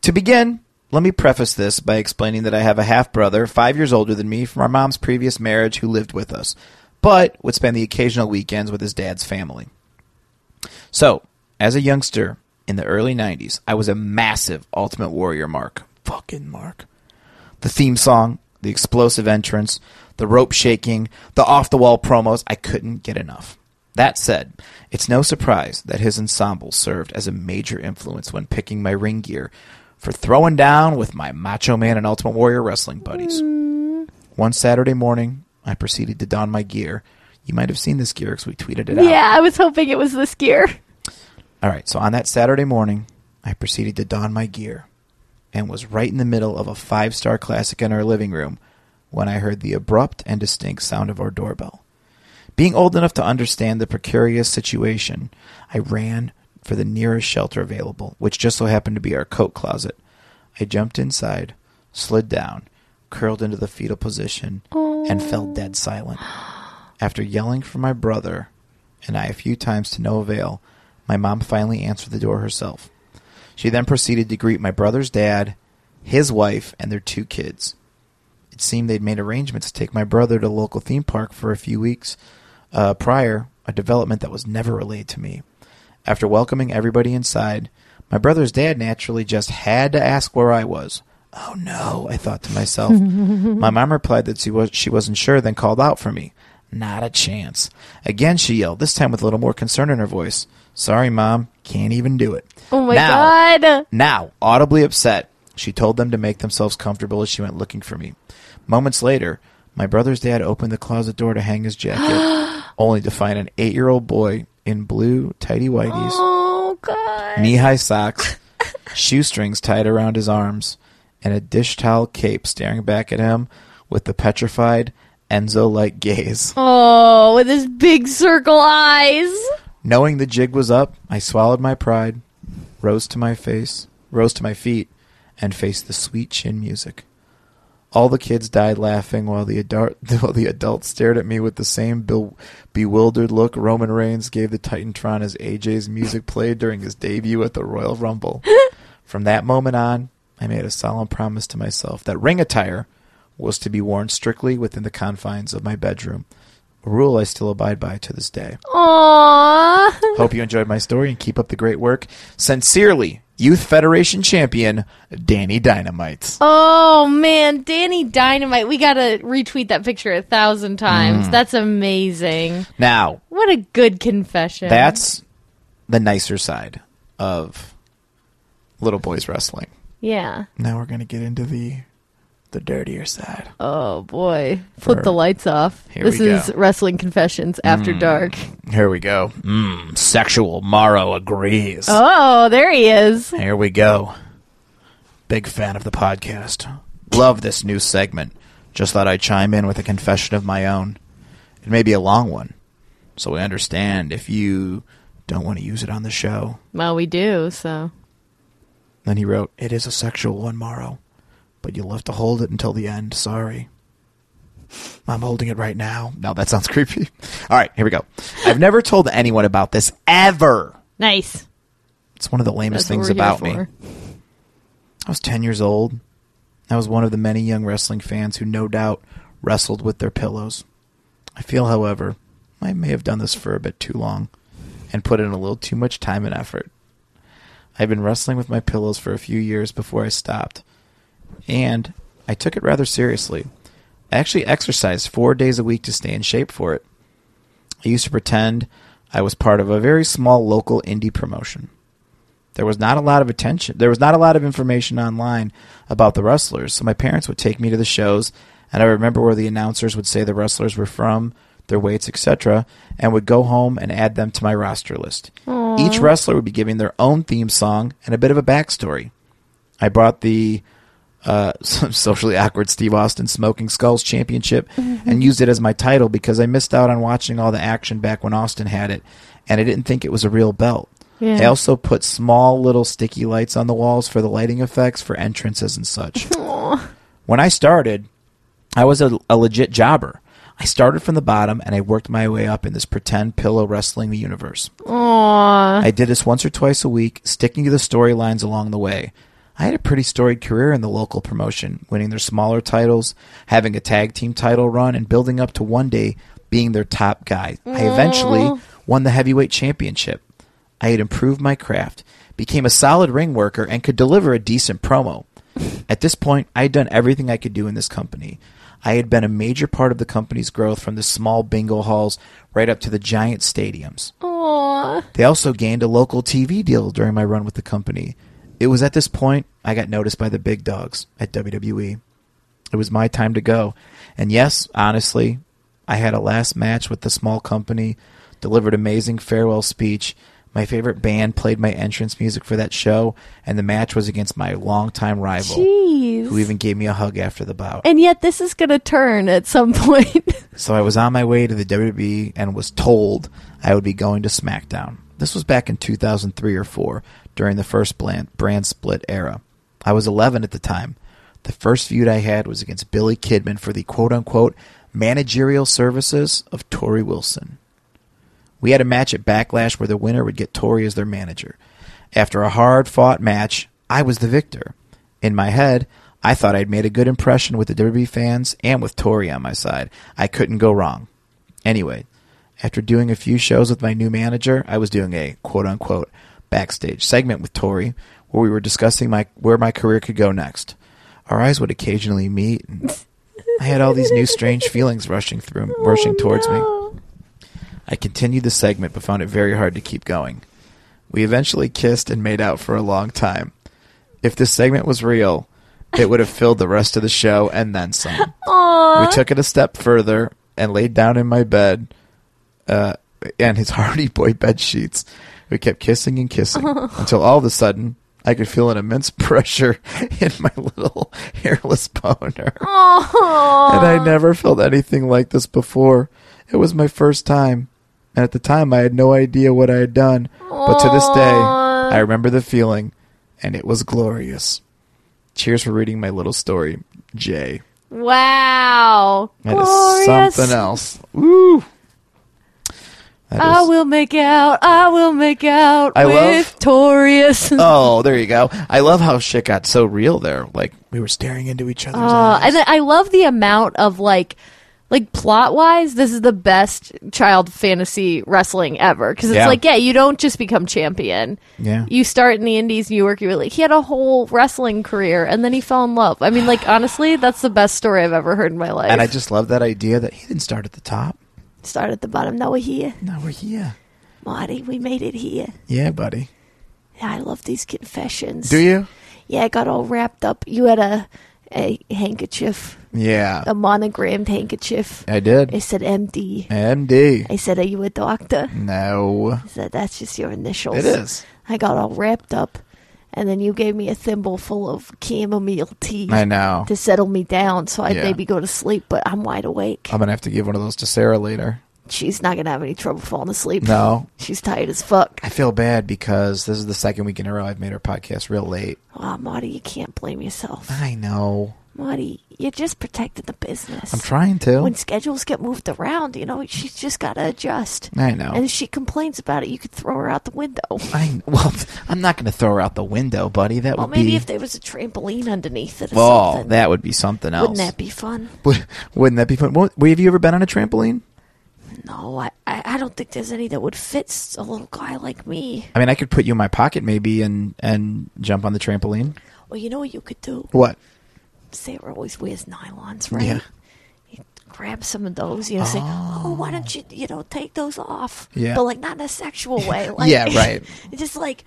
Speaker 3: To begin, let me preface this by explaining that I have a half brother, five years older than me, from our mom's previous marriage who lived with us, but would spend the occasional weekends with his dad's family. So, as a youngster in the early 90s, I was a massive Ultimate Warrior mark. Fucking mark the theme song, the explosive entrance, the rope shaking, the off the wall promos, I couldn't get enough. That said, it's no surprise that his ensemble served as a major influence when picking my ring gear for throwing down with my Macho Man and Ultimate Warrior wrestling buddies. One Saturday morning, I proceeded to don my gear. You might have seen this gear because we tweeted it out.
Speaker 4: Yeah, I was hoping it was this gear.
Speaker 3: All right, so on that Saturday morning, I proceeded to don my gear and was right in the middle of a five star classic in our living room when I heard the abrupt and distinct sound of our doorbell. Being old enough to understand the precarious situation, I ran for the nearest shelter available, which just so happened to be our coat closet. I jumped inside, slid down, curled into the fetal position, and fell dead silent. After yelling for my brother, and I a few times to no avail, my mom finally answered the door herself. She then proceeded to greet my brother's dad, his wife, and their two kids. It seemed they'd made arrangements to take my brother to a local theme park for a few weeks uh, prior, a development that was never relayed to me. After welcoming everybody inside, my brother's dad naturally just had to ask where I was. Oh no, I thought
Speaker 4: *laughs*
Speaker 3: to myself. my mom replied that she was she wasn't sure, then called out for me. Not a chance. Again she yelled, this time with a little more concern in her voice. Sorry, mom, can't even do it.
Speaker 4: Oh my
Speaker 3: Now-
Speaker 4: god.
Speaker 3: now, audibly upset, she told them to make themselves comfortable as she went looking for me. Moments later, my brother's dad opened the closet door to hang his jacket, only to find an eight year old boy in blue tidy whities,
Speaker 4: Oh god.
Speaker 3: knee high socks, *laughs* shoestrings tied around his arms, and a dish towel cape staring back at him with the petrified Enzo like gaze.
Speaker 4: Oh, with his big circle eyes.
Speaker 3: Knowing the jig was up, I swallowed my pride, rose to my face, rose to my feet, and faced the sweet chin music. All the kids died laughing while the adult *laughs* while the adults stared at me with the same bel- bewildered look Roman Reigns gave the Titantron as AJ's music played during his debut at the Royal Rumble. From that moment on, I made a solemn promise to myself that ring attire was to be worn strictly within the confines of my bedroom a rule I still abide by to this day.
Speaker 5: Aww.
Speaker 3: Hope you enjoyed my story and keep up the great work. Sincerely, Youth Federation champion Danny Dynamite.
Speaker 5: Oh man, Danny Dynamite. We gotta retweet that picture a thousand
Speaker 3: Mm.
Speaker 5: times. That's amazing.
Speaker 3: Now,
Speaker 5: What a good confession.
Speaker 3: that's the nicer side of little boys wrestling.
Speaker 5: yeah.
Speaker 3: Now we're going to get into the the dirtier side.
Speaker 4: Oh boy. Flip the lights off.
Speaker 3: Here
Speaker 4: this
Speaker 3: we
Speaker 4: is
Speaker 3: go. Mm.
Speaker 4: Wrestling Confessions After Dark.
Speaker 3: Here we go. Mmm, sexual Morrow agrees.
Speaker 4: Oh, there he is.
Speaker 3: Here we go. Big fan of the podcast. Love this new segment. Just thought I'd chime in with a confession of my own. It may be a long one, so we understand if you don't want to use it on the show.
Speaker 4: Well, we do, so.
Speaker 3: Then he wrote, It is a sexual one, Morrow, but you'll have to hold it until the end. Sorry. I'm holding it right now. No, that sounds *laughs* creepy. All right, here we go. I've never told anyone about this ever.
Speaker 5: Nice.
Speaker 3: It's one of the lamest
Speaker 4: That's what
Speaker 3: things
Speaker 4: we're
Speaker 3: about me.
Speaker 4: here
Speaker 3: I was 10 years old. I was one of the many young wrestling fans who no doubt wrestled with their pillows. I feel, however, I may have done this for a bit too long and put in a little too much time and effort. I've been wrestling with my pillows for a few years before I stopped, and I took it rather seriously. I actually exercised four days a week to stay in shape for it. I used to pretend I was part of a very small local indie promotion. There was not a lot of attention. There was not a lot of information online about the wrestlers, so my parents would take me to the shows, and I remember where the announcers would say the wrestlers were from, their weights, etc., and would go home and add them to my roster list. Each wrestler would be giving their own theme song and a bit of a backstory. I brought the uh, *laughs* socially awkward Steve Austin Smoking Skulls Championship and used it as my title because I missed out on watching all the action back when Austin had it, and I didn't think it was a real belt. I also put small little sticky lights on the walls for the lighting effects for entrances and such. when I started, I was a, a legit jobber. I started from the bottom and I worked my way up in this pretend pillow wrestling universe. I did this once or twice a week, sticking to the storylines along the way. I had a pretty storied career in the local promotion, winning their smaller titles, having a tag team title run, and building up to one day being their top guy. I eventually won the heavyweight championship. I had improved my craft, became a solid ring worker, and could deliver a decent promo. At this point, I had done everything I could do in this company. I had been a major part of the company's growth from the small bingo halls right up to the giant stadiums. They also gained a local TV deal during my run with the company. It was at this point I got noticed by the big dogs at WWE. It was my time to go. And yes, honestly, I had a last match with the small company, delivered amazing farewell speech. My favorite band played my entrance music for that show, and the match was against my longtime rival,
Speaker 4: Jeez.
Speaker 3: who even gave me a hug after the bout.
Speaker 4: And yet this is going to turn at some *laughs* point.
Speaker 3: So I was on my way to the WWE and was told I would be going to SmackDown. This was back in 2003 or 4 during the first brand, brand split era. I was 11 at the time. The first feud I had was against Billy Kidman for the quote unquote managerial services of Tori Wilson. We had a match at Backlash where the winner would get Tori as their manager. After a hard fought match, I was the victor. In my head, I thought I'd made a good impression with the WWE fans and with Tori on my side. I couldn't go wrong. Anyway, after doing a few shows with my new manager, I was doing a quote unquote backstage segment with Tori where we were discussing my where my career could go next. Our eyes would occasionally meet and I had all these new strange feelings rushing through rushing
Speaker 4: Oh,
Speaker 3: towards me. I continued the segment but found it very hard to keep going. We eventually kissed and made out for a long time. If this segment was real, it would have filled the rest of the show and then some. We took it a step further and laid down in my bed uh, and his *laughs* Hardy Boy bed sheets. We kept kissing and kissing until all of a sudden I could feel an immense *laughs* pressure in my little *laughs* hairless boner and I never felt anything like this before. It was my first time, and at the time I had no idea what I had done, but to this day
Speaker 4: Uh,
Speaker 3: I remember the feeling, and it was glorious. Cheers for reading my little story, Jay.
Speaker 5: Wow.
Speaker 3: That is
Speaker 5: Glorious.
Speaker 3: something else. Woo! That
Speaker 4: I
Speaker 3: is-
Speaker 4: will make out. I will make out
Speaker 3: I love-
Speaker 4: with Torius.
Speaker 3: oh, there you go. I love how shit got
Speaker 8: Oh.
Speaker 3: so real there. Like we were staring into each other's
Speaker 4: Uh,
Speaker 3: eyes.
Speaker 4: and I I love the amount of like
Speaker 8: like plot wise, this is the best child fantasy wrestling ever because it's
Speaker 3: Yeah.
Speaker 8: like, yeah, you don't just become champion.
Speaker 3: Yeah.
Speaker 8: you start in the indies and you work your way. Like he had a whole wrestling career and then he fell in love. I mean, like honestly, that's the best story I've ever heard in my life.
Speaker 3: And I just love that idea that he didn't start at the top.
Speaker 8: start at the bottom. Now we're here,
Speaker 3: Now we're here.
Speaker 8: Marty. We made it here.
Speaker 3: Yeah, buddy.
Speaker 8: Yeah, I love these confessions.
Speaker 3: Do you?
Speaker 8: Yeah, I got all wrapped up. You had a a handkerchief,
Speaker 3: Yeah.
Speaker 8: a monogrammed handkerchief.
Speaker 3: I did.
Speaker 8: It said MD.
Speaker 3: MD.
Speaker 8: I said, "Are you a doctor?"
Speaker 3: No.
Speaker 8: I said, "That's just your initials."
Speaker 3: It is.
Speaker 8: I got all wrapped up, and then you gave me a thimble full of chamomile tea
Speaker 3: I know.
Speaker 8: to settle me down, so I'd
Speaker 3: Yeah.
Speaker 8: maybe go to sleep. But I'm wide awake.
Speaker 3: I'm going to have to give one of those to Sarah later.
Speaker 8: She's not gonna have any trouble falling asleep.
Speaker 3: No.
Speaker 8: she's tired as fuck.
Speaker 3: I feel bad because this is the second week in a row I've made our podcast real late.
Speaker 8: Oh, Marty, you can't blame yourself.
Speaker 3: I know.
Speaker 8: Marty, you're just protecting the business.
Speaker 3: I'm trying to.
Speaker 8: when schedules get moved around, you know, she's just got to adjust.
Speaker 3: I know.
Speaker 8: And if she complains about it, you could throw her out the window. *laughs*
Speaker 3: I well, I'm not going to throw her out the window, buddy. That
Speaker 8: Well,
Speaker 3: would
Speaker 8: maybe
Speaker 3: be
Speaker 8: if there was a trampoline underneath it or
Speaker 3: well,
Speaker 8: something.
Speaker 3: that would be something else.
Speaker 8: Wouldn't that be fun?
Speaker 3: Would- wouldn't that be fun? Won't- Have you ever been on a trampoline?
Speaker 8: No, I, I, I don't think there's any that would fit s- a little guy like me.
Speaker 3: I mean, I could put you in my pocket maybe and and jump on the trampoline.
Speaker 8: Well, you know what you could do? *laughs*
Speaker 3: What?
Speaker 8: Sarah always wears nylons, right?
Speaker 3: Yeah.
Speaker 8: You grab some of those, you know, say, oh, why don't you, you know, take those off?
Speaker 3: Yeah.
Speaker 8: But, like, not in a sexual
Speaker 3: *laughs*
Speaker 8: way. Like,
Speaker 3: Yeah, right.
Speaker 8: *laughs* just like,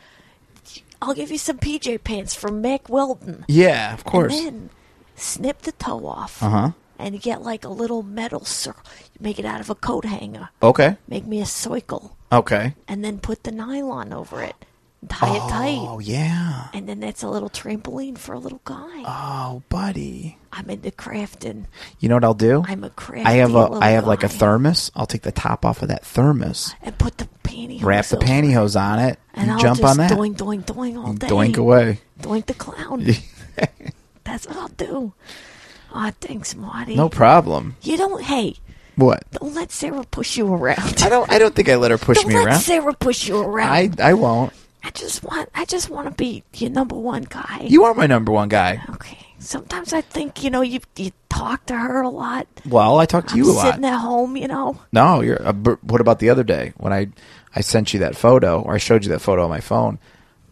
Speaker 8: I'll give you some PJ pants from Mac Weldon.
Speaker 3: Yeah, of course.
Speaker 8: And then snip the toe off.
Speaker 3: Uh huh.
Speaker 8: And you get like a little metal circle. You make it out of a coat hanger.
Speaker 3: Okay.
Speaker 8: Make me a circle.
Speaker 3: Okay.
Speaker 8: And then put the nylon over it. Tie it
Speaker 3: Oh
Speaker 8: tight.
Speaker 3: yeah.
Speaker 8: And then that's a little trampoline for a little guy.
Speaker 3: Oh, buddy.
Speaker 8: I'm into crafting.
Speaker 3: You know what I'll do?
Speaker 8: I'm a crafty
Speaker 3: I have a
Speaker 8: little
Speaker 3: I have like a
Speaker 8: guy.
Speaker 3: thermos. I'll take the top off of that thermos,
Speaker 8: And put the pantyhose
Speaker 3: wrap the
Speaker 8: over it.
Speaker 3: pantyhose on it,
Speaker 8: And
Speaker 3: you
Speaker 8: I'll
Speaker 3: jump
Speaker 8: just
Speaker 3: on that,
Speaker 8: doink, doink, doink all day.
Speaker 3: doink away.
Speaker 8: Doink the
Speaker 3: *laughs*
Speaker 8: clown. That's what I'll do. Oh, thanks, Marty.
Speaker 3: No problem.
Speaker 8: You don't, hey,
Speaker 3: What?
Speaker 8: don't let Sarah push you around.
Speaker 3: I
Speaker 8: *laughs*
Speaker 3: don't. I don't think I let her push
Speaker 8: Don't
Speaker 3: me
Speaker 8: let
Speaker 3: around.
Speaker 8: Sarah push you around.
Speaker 3: I
Speaker 8: I,
Speaker 3: I won't.
Speaker 8: just want I just want to be your number one guy.
Speaker 3: You are my number one guy.
Speaker 8: okay? Sometimes I think you know you you talk to her a lot.
Speaker 3: Well, I talk to you a
Speaker 8: I'm
Speaker 3: lot.
Speaker 8: sitting at home, you know.
Speaker 3: No, you're. Uh, but what about the other day when I I sent you that photo or I showed you that photo on my phone?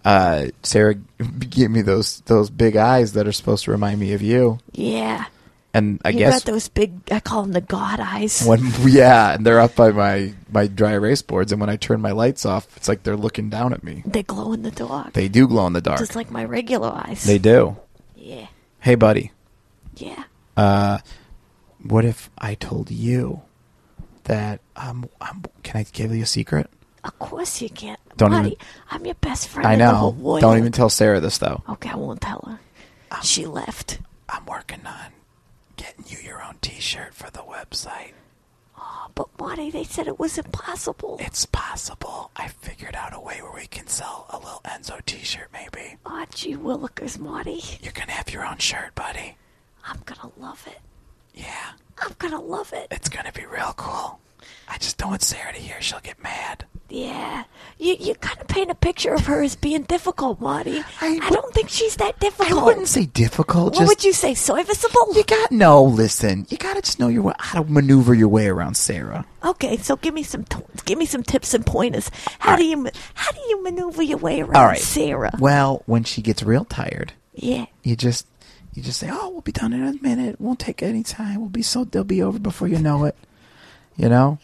Speaker 3: Uh, Sarah *laughs* gave me those those big eyes that are supposed to remind me of you,
Speaker 8: Yeah,
Speaker 3: and I
Speaker 8: you
Speaker 3: guess
Speaker 8: got those big. I call them the God eyes.
Speaker 3: when *laughs* yeah, and they're up by my my dry erase boards, and when I turn my lights off, it's like they're looking down at me.
Speaker 8: They glow in the dark,
Speaker 3: They do glow in the dark.
Speaker 8: just like my regular eyes.
Speaker 3: They do.
Speaker 8: yeah,
Speaker 3: Hey, buddy,
Speaker 8: yeah.
Speaker 3: what if I told you that um, I'm, can I give you a secret?
Speaker 8: Of course you can't.
Speaker 3: Don't
Speaker 8: Marty,
Speaker 3: even-
Speaker 8: I'm your best friend.
Speaker 3: I
Speaker 8: in the whole
Speaker 3: know.
Speaker 8: world.
Speaker 3: Don't even Oh. tell Sarah this though.
Speaker 8: Okay, I won't tell her. she left.
Speaker 3: I'm working on getting you your own T-shirt for the website.
Speaker 8: But Marty, they said it was impossible.
Speaker 3: It's possible. I figured out a way where we can sell a little Enzo T-shirt. Maybe
Speaker 8: Oh, gee willikers, Marty.
Speaker 3: you're gonna have your own shirt, buddy.
Speaker 8: I'm gonna love it.
Speaker 3: Yeah,
Speaker 8: I'm gonna love it.
Speaker 3: it's gonna be real cool. I just don't want Sarah to hear; she'll get mad.
Speaker 8: Yeah. You you kind of paint a picture of her as being difficult, Marty. I, don't think she's that
Speaker 3: I
Speaker 8: difficult.
Speaker 3: wouldn't say difficult.
Speaker 8: what
Speaker 3: just
Speaker 8: would you say, serviceable?
Speaker 3: you got no. Listen, you gotta just know your way, how to maneuver your way around Sarah.
Speaker 8: okay, so give me some t- give me some tips and pointers. How do you ma- how do you maneuver your way around,
Speaker 3: All right,
Speaker 8: Sarah?
Speaker 3: Well, when she gets real tired,
Speaker 8: yeah.
Speaker 3: you just you just say, "Oh, we'll be done in a minute. It won't take any time. We'll be so they'll be over before you know it." *laughs* You know.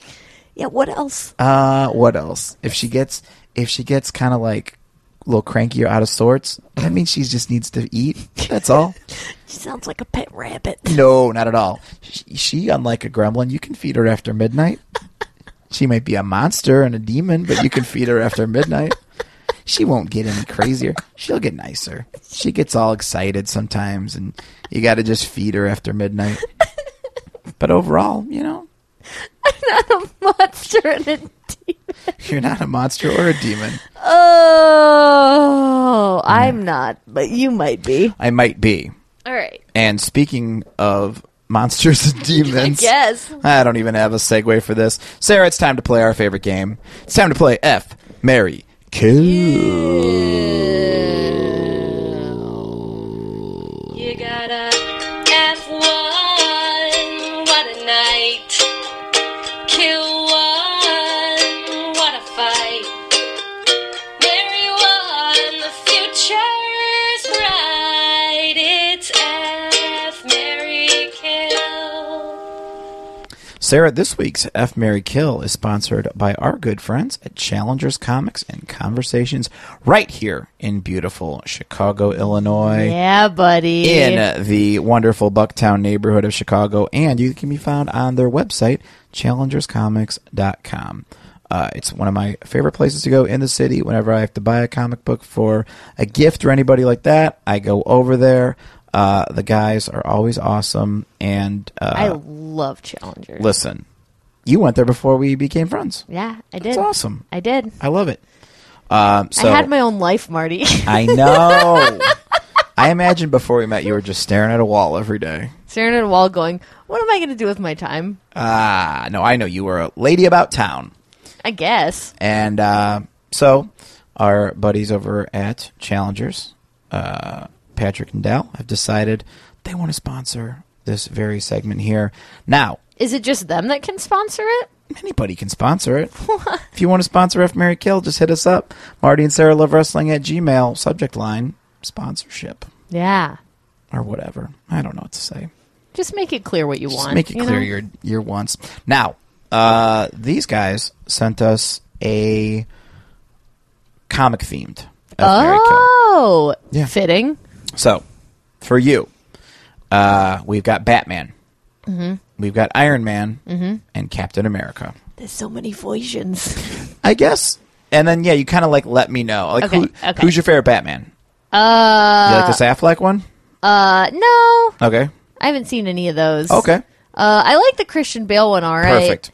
Speaker 8: Yeah. What else?
Speaker 3: Uh, what else? If she gets if she gets kind of like a little cranky or out of sorts, that means she just needs to eat. That's all.
Speaker 8: She sounds like a pet rabbit.
Speaker 3: no, not at all. She, she, unlike a gremlin, you can feed her after midnight. She might be a monster and a demon, but you can feed her after midnight. She won't get any crazier. She'll get nicer. She gets all excited sometimes, and you got to just feed her after midnight. But overall, you know,
Speaker 4: monster and
Speaker 8: *laughs*
Speaker 4: a
Speaker 3: you're not a monster or a demon.
Speaker 8: Oh, I'm *laughs* not, but you might be.
Speaker 3: I might be.
Speaker 4: All right.
Speaker 3: And speaking of
Speaker 2: *laughs*
Speaker 3: monsters and demons,
Speaker 4: Yes.
Speaker 3: I don't even have a segue for this. Sarah, it's time to play our favorite game. It's time to play F, Mary, Kill.
Speaker 2: You gotta F one, what a night.
Speaker 9: Sarah, this week's F Mary Kill is sponsored by our good friends at Challengers Comics and Conversations right here in beautiful Chicago, Illinois.
Speaker 4: Yeah, buddy.
Speaker 9: in uh, the wonderful Bucktown neighborhood of Chicago, and you can be found on their website, challengerscomics.com. Uh, it's one of my favorite places to go in the city. Whenever I have to buy a comic book for a gift or anybody like that, I go over there. Uh, the guys are always awesome. And
Speaker 4: I
Speaker 9: uh,
Speaker 4: love challengers.
Speaker 9: listen, you went there before we became friends.
Speaker 4: yeah, I did.
Speaker 9: It's awesome.
Speaker 4: I did.
Speaker 9: I love it. Um, so
Speaker 4: I had my own life, Marty.
Speaker 9: *laughs*
Speaker 4: *laughs*
Speaker 9: I know. I imagine before we met, you were just staring at a wall every day.
Speaker 4: Staring at a wall, going, "What am I going to do with my time?"
Speaker 9: Ah, no, I know you were a lady about town,
Speaker 4: I guess.
Speaker 9: and uh, so our buddies over at Challengers, uh, Patrick and Dal, have decided they want to sponsor this very segment here. Now,
Speaker 4: Is it just them that can sponsor it?
Speaker 9: anybody can
Speaker 4: *laughs*
Speaker 9: sponsor it. if you want to sponsor F Mary Kill, just hit us up. Marty and Sarah love wrestling at Gmail subject line sponsorship
Speaker 4: Yeah.
Speaker 9: or whatever. I don't know what to say.
Speaker 4: Just make it clear what you
Speaker 9: Just
Speaker 4: want.
Speaker 9: make it
Speaker 4: you
Speaker 9: clear
Speaker 4: know?
Speaker 9: your your wants. Now, uh, these guys sent us a comic themed.
Speaker 4: Oh,
Speaker 9: Yeah.
Speaker 4: fitting.
Speaker 9: So, for you, uh, we've got Batman,
Speaker 4: Mm-hmm.
Speaker 9: we've got Iron Man, and Captain America.
Speaker 4: There's so many Voisians.
Speaker 9: I guess. And then yeah, you kind of like let me know like
Speaker 4: Okay,
Speaker 9: who,
Speaker 4: okay.
Speaker 9: who's your favorite Batman?
Speaker 4: Uh,
Speaker 9: you like this Affleck one?
Speaker 4: uh, no,
Speaker 9: Okay,
Speaker 4: I haven't seen any of those.
Speaker 9: okay,
Speaker 4: Uh, I like the Christian Bale one. All right.
Speaker 9: perfect.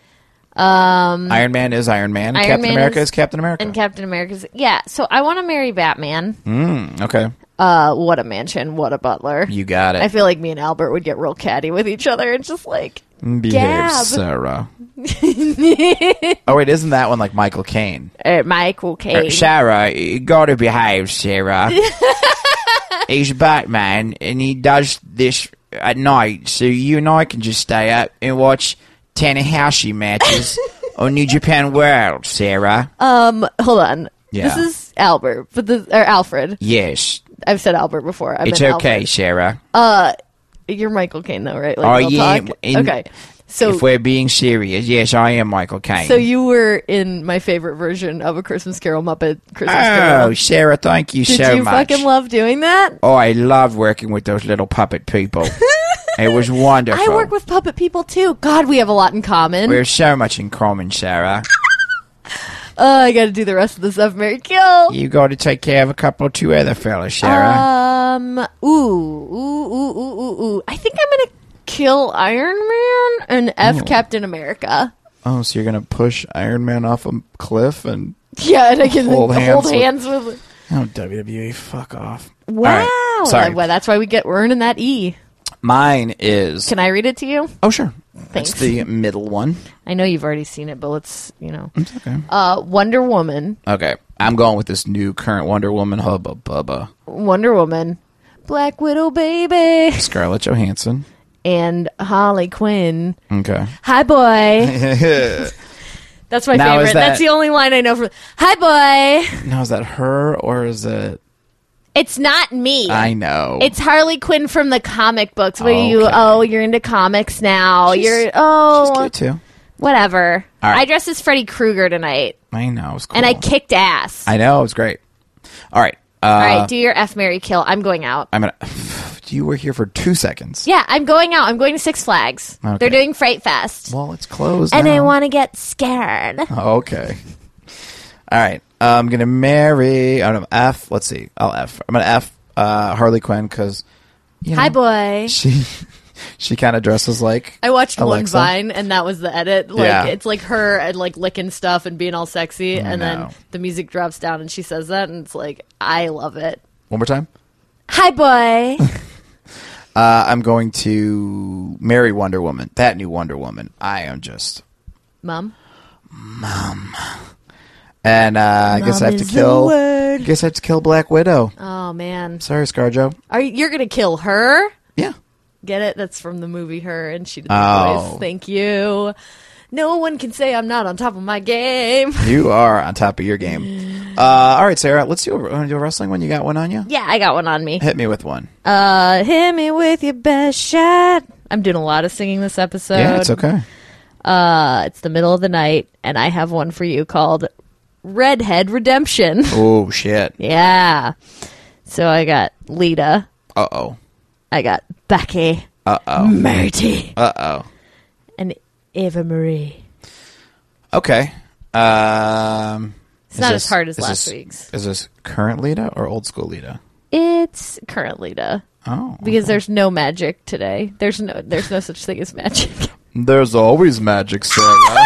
Speaker 9: Um, Iron Man is Iron Man. and
Speaker 4: Iron
Speaker 9: Captain
Speaker 4: Man
Speaker 9: America
Speaker 4: is-
Speaker 9: is Captain America.
Speaker 4: And Captain America's. Yeah. So I want to marry Batman.
Speaker 9: Mm. okay,
Speaker 4: Uh, what a mansion. What a butler.
Speaker 9: you got it.
Speaker 4: I feel like me and Albert would get real catty with each other and just like,
Speaker 9: Behave,
Speaker 4: Gab. *laughs*
Speaker 9: Sarah. oh wait, isn't that one like Michael Caine?
Speaker 4: uh, Michael Caine.
Speaker 9: Sarah, you gotta
Speaker 4: *laughs*
Speaker 9: behave, Sarah. He's Batman, and he does this at night, so you and I can just stay up and watch Tanahashi matches
Speaker 4: *laughs*
Speaker 9: on New Japan World, Sarah.
Speaker 4: um, hold on.
Speaker 9: Yeah.
Speaker 4: This is Albert, but this or Alfred.
Speaker 9: yes,
Speaker 4: I've said Albert before. I
Speaker 9: it's
Speaker 4: meant
Speaker 9: okay,
Speaker 4: Alfred.
Speaker 9: Sarah.
Speaker 4: You're Michael Caine though, right? Like,
Speaker 9: Oh,
Speaker 4: real
Speaker 9: yeah,
Speaker 4: talk?
Speaker 9: and-
Speaker 4: okay. So
Speaker 9: if we're being serious, yes, I am Michael Caine.
Speaker 4: So you were in my favorite version of a Christmas Carol Muppet Christmas
Speaker 9: oh,
Speaker 4: Carol.
Speaker 9: Sarah, thank you
Speaker 4: Did
Speaker 9: so
Speaker 4: you
Speaker 9: much.
Speaker 4: fucking love doing that?
Speaker 9: Oh, I love working with those little
Speaker 4: *laughs*
Speaker 9: puppet people. it was wonderful.
Speaker 4: I work with puppet people too. God, we have a lot in common.
Speaker 9: We have so much in common, Sarah.
Speaker 4: Oh, I got to do the rest of this stuff. Mary Kill.
Speaker 9: You got to take care of a couple of two other fellas, Sarah.
Speaker 4: Um. Ooh. Ooh. Ooh. Ooh. Ooh. Ooh. I think I'm gonna kill Iron Man and F Captain America. *laughs*
Speaker 9: oh, so you're gonna push Iron Man off a cliff and
Speaker 4: Yeah, and I can hold,
Speaker 9: Hold hands with-
Speaker 4: hands with.
Speaker 9: oh WWE, fuck off.
Speaker 4: Wow.
Speaker 9: All right, sorry.
Speaker 4: Well, that's why we get we're earning that E.
Speaker 9: Mine is
Speaker 4: Can I read it to you?
Speaker 9: oh sure.
Speaker 4: Thanks.
Speaker 9: It's the middle one.
Speaker 4: I know you've already seen it, but let's you know.
Speaker 9: Okay.
Speaker 4: Uh, Wonder Woman.
Speaker 9: Okay. I'm going with this new current Wonder Woman hubba bubba.
Speaker 4: Wonder Woman, Black Widow Baby,
Speaker 9: Scarlett Johansson.
Speaker 4: and Harley Quinn.
Speaker 9: Okay.
Speaker 4: Hi, boy. That's my
Speaker 9: Now is
Speaker 4: favorite.
Speaker 9: that-
Speaker 4: That's the only line I know from. Hi, boy.
Speaker 9: Now is that her or is it
Speaker 4: It's not me.
Speaker 9: I know.
Speaker 4: It's Harley Quinn from the comic books. Where you?
Speaker 9: Okay.
Speaker 4: Oh, you're into comics now.
Speaker 9: She's-
Speaker 4: you're
Speaker 9: She's
Speaker 4: oh,
Speaker 9: cute too.
Speaker 4: whatever.
Speaker 9: All right.
Speaker 4: I dressed as Freddy Krueger tonight,
Speaker 9: I know. It's cool.
Speaker 4: and I kicked ass.
Speaker 9: I know, it was great. All right. Uh,
Speaker 4: All right, do your F Mary kill. I'm going out.
Speaker 9: I'm gonna. *sighs* You were here for two seconds.
Speaker 4: Yeah, I'm going out. I'm going to Six Flags.
Speaker 9: Okay.
Speaker 4: They're doing Fright Fest,
Speaker 9: Well, Uh-huh. it's closed.
Speaker 4: and I
Speaker 9: now.
Speaker 4: want to get scared.
Speaker 9: Okay. All right. I'm gonna marry. I'm gonna F. Let's see. I'll F. I'm gonna F uh, Harley Quinn because
Speaker 4: Hi, boy.
Speaker 9: she *laughs* she kind of dresses like.
Speaker 4: I watched
Speaker 9: Alexa.
Speaker 4: one Vine, and that was the edit. Like
Speaker 9: Yeah.
Speaker 4: it's like her and like licking stuff and being all sexy, and
Speaker 9: know.
Speaker 4: then the music drops down, and she says that, and it's like I love it.
Speaker 9: One more time.
Speaker 4: Hi,
Speaker 9: *laughs*
Speaker 4: boy.
Speaker 9: Uh, I'm going to marry Wonder Woman. That new Wonder Woman. I am just.
Speaker 4: Mom.
Speaker 9: And uh, I guess I have to
Speaker 4: is the
Speaker 9: kill. I
Speaker 4: word.
Speaker 9: guess I have to kill Black Widow.
Speaker 4: Oh man,
Speaker 9: Sorry, ScarJo.
Speaker 4: are you, you're gonna kill her?
Speaker 9: Yeah.
Speaker 4: Get it? That's from the movie Her, and she did the
Speaker 9: Oh.
Speaker 4: voice. Thank you. No one can say I'm not on top of my game. *laughs*
Speaker 9: You are on top of your game. Uh, all right, Sarah. Let's do a, wanna do a wrestling one. You got one on you?
Speaker 4: yeah, I got one on me.
Speaker 9: Hit me with one.
Speaker 4: Uh, hit me with your best shot. I'm doing a lot of singing this episode.
Speaker 9: yeah, it's okay.
Speaker 4: Uh, it's the middle of the night, and I have one for you called Redhead Redemption. *laughs*
Speaker 5: Oh shit.
Speaker 4: yeah. So I got Lita.
Speaker 5: Uh oh.
Speaker 4: I got Becky. Uh oh. Marty.
Speaker 5: Uh oh.
Speaker 4: and Eva Marie.
Speaker 5: Okay. Um,
Speaker 4: It's not as hard as last week's.
Speaker 5: Is this current Lita or old school Lita?
Speaker 4: It's current Lita.
Speaker 5: Oh,
Speaker 4: Because there's no magic today. There's no there's no such thing as magic. *laughs*
Speaker 5: there's always magic, Sarah.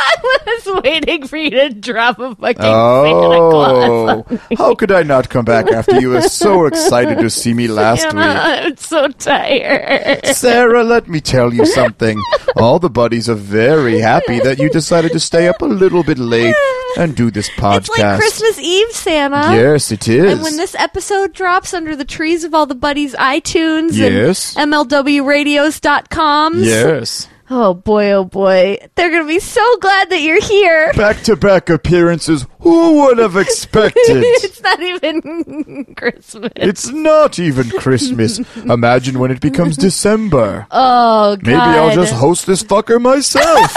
Speaker 4: I was waiting for you to drop a fucking
Speaker 5: oh,
Speaker 4: *laughs*
Speaker 5: how could I not come back after you were so excited to see me last
Speaker 4: Santa Claus.
Speaker 5: week?
Speaker 4: I'm so tired.
Speaker 5: Sarah, let me tell you something. All the buddies are very happy that you decided to stay up a little bit late and do this podcast.
Speaker 4: It's like Christmas Eve, Santa.
Speaker 5: Yes, it is.
Speaker 4: And when this episode drops under the trees of all the buddies' iTunes
Speaker 5: Yes.
Speaker 4: and MLWradios.coms.
Speaker 5: yes.
Speaker 4: Oh boy, oh boy. They're going to be so glad that you're here. *laughs*
Speaker 5: Back to back appearances. Who would have expected?
Speaker 4: *laughs* it's not even *laughs* Christmas.
Speaker 5: It's not even Christmas. Imagine when it becomes December.
Speaker 4: Oh god.
Speaker 5: Maybe I'll just host this fucker myself.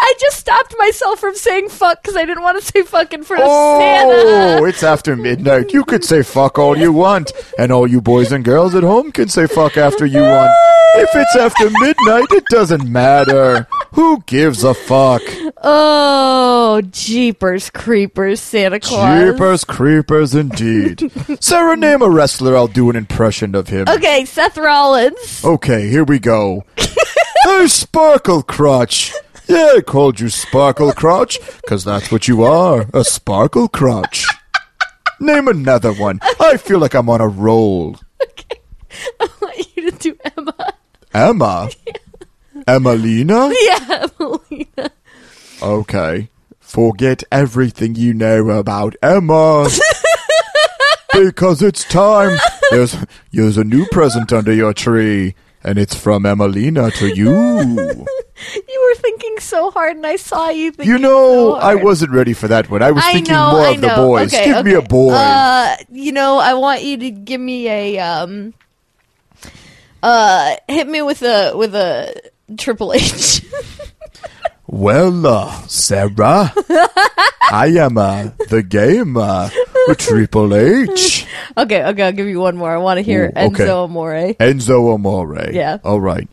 Speaker 4: I just stopped myself from saying fuck cuz I didn't want to say fuck in front of
Speaker 5: oh,
Speaker 4: Santa.
Speaker 5: it's after midnight. You could say fuck all you want, and all you boys and girls at home can say fuck after you want. If it's after midnight, it doesn't matter. Who gives a fuck?
Speaker 4: Oh, jeepers creepers Santa Claus.
Speaker 5: Jeepers creepers indeed. Sarah, name a wrestler. I'll do an impression of him.
Speaker 4: Okay, Seth Rollins. *laughs*
Speaker 5: Okay, here we go. hey, Sparkle Crotch. Yeah, I called you Sparkle Crotch because that's what you are a Sparkle Crotch. Name another one. I feel like I'm on a roll.
Speaker 4: I want you to do Emma.
Speaker 5: Emma? Emmalina?
Speaker 4: *laughs* Yeah, Melina.
Speaker 5: Okay. Forget everything you know about Emma. because it's time. There's, there's a new present under your tree, and it's from Emmalina to you.
Speaker 4: You were thinking so hard and I saw you thinking
Speaker 5: You know,
Speaker 4: so
Speaker 5: I
Speaker 4: hard.
Speaker 5: wasn't ready for that one. I was
Speaker 4: I
Speaker 5: thinking
Speaker 4: know,
Speaker 5: more
Speaker 4: I
Speaker 5: of the
Speaker 4: know.
Speaker 5: boys.
Speaker 4: Okay,
Speaker 5: Give me a
Speaker 4: okay.
Speaker 5: boy.
Speaker 4: Uh, you know, I want you to give me a um uh hit me with a with a Triple H. *laughs*
Speaker 5: well, uh,
Speaker 4: *laughs*
Speaker 5: Sarah, I am uh, the gamer, Triple H,
Speaker 4: okay, okay, I'll give you one more. I want to hear
Speaker 5: Ooh, okay.
Speaker 4: Enzo Amore.
Speaker 5: Enzo Amore.
Speaker 4: Yeah.
Speaker 5: All right.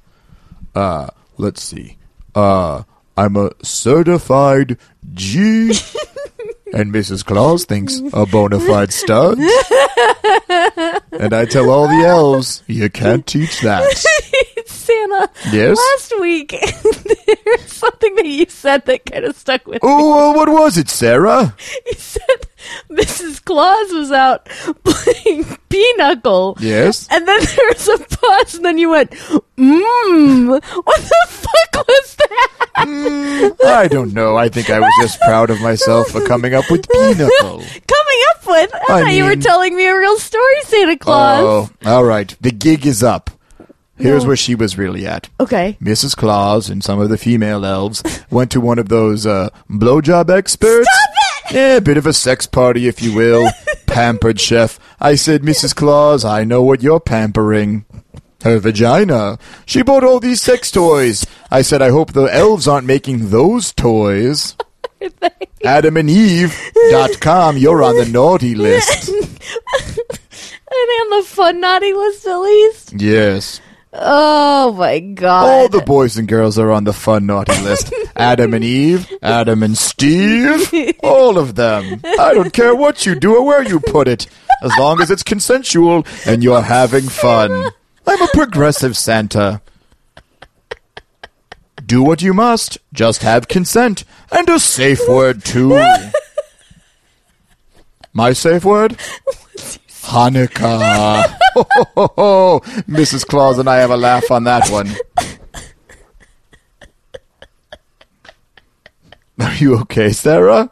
Speaker 5: Uh, let's see. Uh, I'm a certified G.
Speaker 4: *laughs*
Speaker 5: and Mrs. Claus thinks a bona fide stud. and I tell all the elves, you can't teach
Speaker 4: *laughs*
Speaker 5: that.
Speaker 4: Santa.
Speaker 5: Yes?
Speaker 4: Last week, *laughs* there's something that you said that kind of stuck with. me.
Speaker 5: Oh, well, what was it, Sarah?
Speaker 4: *laughs* You said Mrs. Claus was out *laughs* playing pinochle.
Speaker 5: Yes.
Speaker 4: And then there was a pause, and then you went, mmm. What the fuck was that?
Speaker 5: Mm. I don't know. I think I was just proud of myself for coming up with Pinochle.
Speaker 4: *laughs* Coming up with? I,
Speaker 5: I
Speaker 4: thought you were
Speaker 5: mean-
Speaker 4: telling me a real story, Santa Claus.
Speaker 5: Oh, all right. The gig is up. Here's where she was really at.
Speaker 4: Okay.
Speaker 5: Mrs. Claus and some of the female elves went to one of those uh, blowjob experts. Yeah, a bit of a sex party, if you will. Pampered chef. I said, Mrs. Claus, I know what you're pampering. Her vagina. She bought all these sex toys. I said, I hope the elves aren't making those toys. AdamandEve.com, you're on the naughty list.
Speaker 4: *laughs* And on the fun naughty list, at least.
Speaker 5: Yes.
Speaker 4: Oh, my God.
Speaker 5: All the boys and girls are on the fun naughty list. Adam and Eve, Adam and Steve, all of them. I don't care what you do or where you put it, as long as it's consensual and you're having fun. I'm a progressive Santa. Do what you must, just have consent and a safe word too. My safe word? Hanukkah. *laughs* Ho, ho, ho, ho. Mrs. Claus and I have a laugh on that one. Are you okay, Sarah?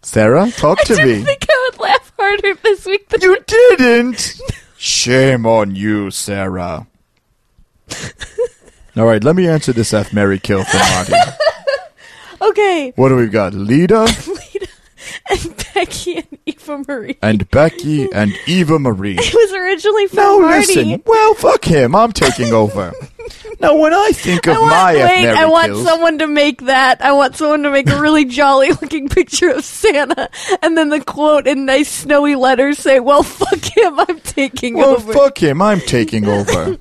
Speaker 5: Sarah, talk
Speaker 4: I
Speaker 5: to
Speaker 4: didn't
Speaker 5: me.
Speaker 4: think I would laugh harder this week than
Speaker 5: You didn't. Shame on you, Sarah. All right, let me answer this F Mary Kill for Marty.
Speaker 4: Okay. *laughs*
Speaker 5: What do we got? Lita
Speaker 4: And Becky and Eva Marie.
Speaker 5: and Becky and Eva Marie.
Speaker 4: *laughs* It was originally from
Speaker 5: No,
Speaker 4: Marty. *laughs*
Speaker 5: listen. Well, fuck him. I'm taking over. Now, when I think of
Speaker 4: I want,
Speaker 5: my
Speaker 4: wait,
Speaker 5: F.
Speaker 4: I want
Speaker 5: Marykills-
Speaker 4: someone to make that. I want someone to make a really *laughs* jolly looking picture of Santa, and then the quote in nice snowy letters say, "Well, fuck him, I'm taking
Speaker 5: Well,
Speaker 4: over."
Speaker 5: fuck him. I'm taking over.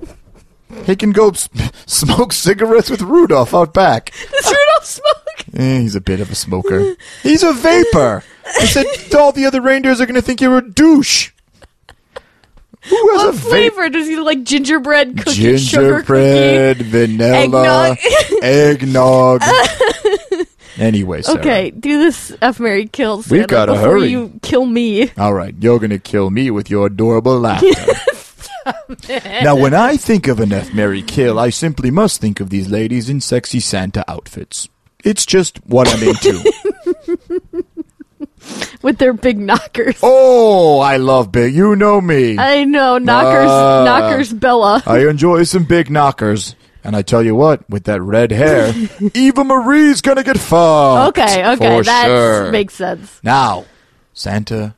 Speaker 5: he can go s- smoke cigarettes with Rudolph out back.
Speaker 4: Does Rudolph smoke?
Speaker 5: Eh, he's a bit of a smoker. He's a vapor. I said all the other reindeers are going to think you're a douche. Who has
Speaker 4: What
Speaker 5: a vape?
Speaker 4: flavor does he like? Gingerbread cookie, sugar cookie.
Speaker 5: Gingerbread, vanilla,
Speaker 4: *laughs*
Speaker 5: eggnog. anyway, Sarah.
Speaker 4: Okay, do this F Mary kill Santa
Speaker 5: We've gotta
Speaker 4: before
Speaker 5: hurry.
Speaker 4: you kill me.
Speaker 5: All right, you're going to kill me with your adorable
Speaker 4: *laughs*
Speaker 5: laughter. now, when I think of an F. Mary Kill, I simply must think of these ladies in sexy Santa outfits. It's just what I'm
Speaker 4: *laughs*
Speaker 5: into.
Speaker 4: with their big knockers.
Speaker 5: oh, I love big. You know me. I-,
Speaker 4: I know knockers,
Speaker 5: Ah.
Speaker 4: knockers, Bella.
Speaker 5: enjoy some big knockers. And I tell you what, with that red
Speaker 4: *laughs*
Speaker 5: hair, Eva Marie's going to get fucked.
Speaker 4: Okay, okay,
Speaker 5: for
Speaker 4: that
Speaker 5: sure.
Speaker 4: makes sense.
Speaker 5: Now, Santa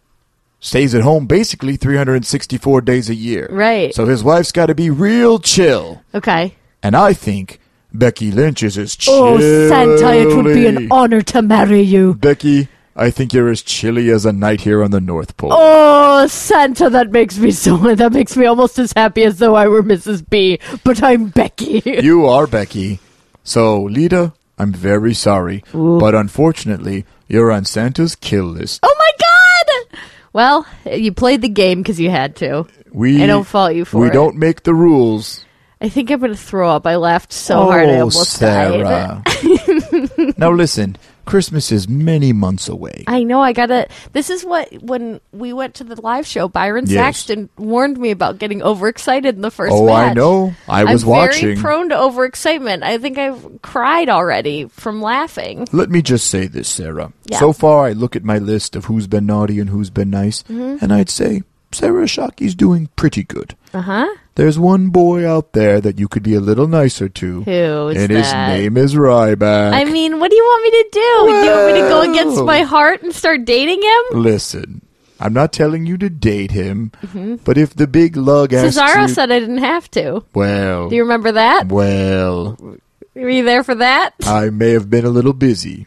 Speaker 5: stays at home basically 364 days a year.
Speaker 4: Right.
Speaker 5: So his wife's got to be real chill.
Speaker 4: Okay.
Speaker 5: And I think Becky Lynch is as chilly.
Speaker 4: Oh, Santa, it would be an honor to marry you.
Speaker 5: Becky, I think you're as chilly as a night here on the North Pole.
Speaker 4: Oh, Santa, that makes me so. *laughs* That makes me almost as happy as though I were Mrs. B. But I'm Becky.
Speaker 5: You are Becky. So, Lita, I'm very sorry. But unfortunately, you're on Santa's kill list.
Speaker 4: *laughs* oh my God! Well, you played the game because you had to.
Speaker 5: We,
Speaker 4: I don't fault you for
Speaker 5: We
Speaker 4: it.
Speaker 5: don't make the rules.
Speaker 4: I think I'm gonna throw up. I laughed so hard
Speaker 5: Oh,
Speaker 4: I almost died. *laughs*
Speaker 5: Sarah. now, listen, Christmas is many months away.
Speaker 4: I know. I gotta. This is what when we went to the live show, Byron
Speaker 5: Yes.
Speaker 4: Saxton warned me about getting overexcited in the first.
Speaker 5: oh, I
Speaker 4: match.
Speaker 5: know. I was
Speaker 4: am
Speaker 5: watching.
Speaker 4: Very prone to overexcitement. I think I've cried already from laughing.
Speaker 5: Let me just say this, Sarah.
Speaker 4: Yeah.
Speaker 5: So far, I look at my list of who's been naughty and who's been nice,
Speaker 4: Mm-hmm.
Speaker 5: and I'd say Sarah Shockey's doing pretty good.
Speaker 4: Uh huh.
Speaker 5: There's one boy out there that you could be a little nicer to,
Speaker 4: Who is
Speaker 5: and his
Speaker 4: that?
Speaker 5: name is Ryback.
Speaker 4: I mean, what do you want me to do? do you want me to go against my heart and start dating him?
Speaker 5: Listen, I'm not telling you to date him, but if the big lug asks
Speaker 4: Cesaro
Speaker 5: you,
Speaker 4: Mm-hmm. said I didn't have to.
Speaker 5: well,
Speaker 4: Do you remember that?
Speaker 5: well,
Speaker 4: Were you there for that?
Speaker 5: I may have been a little busy.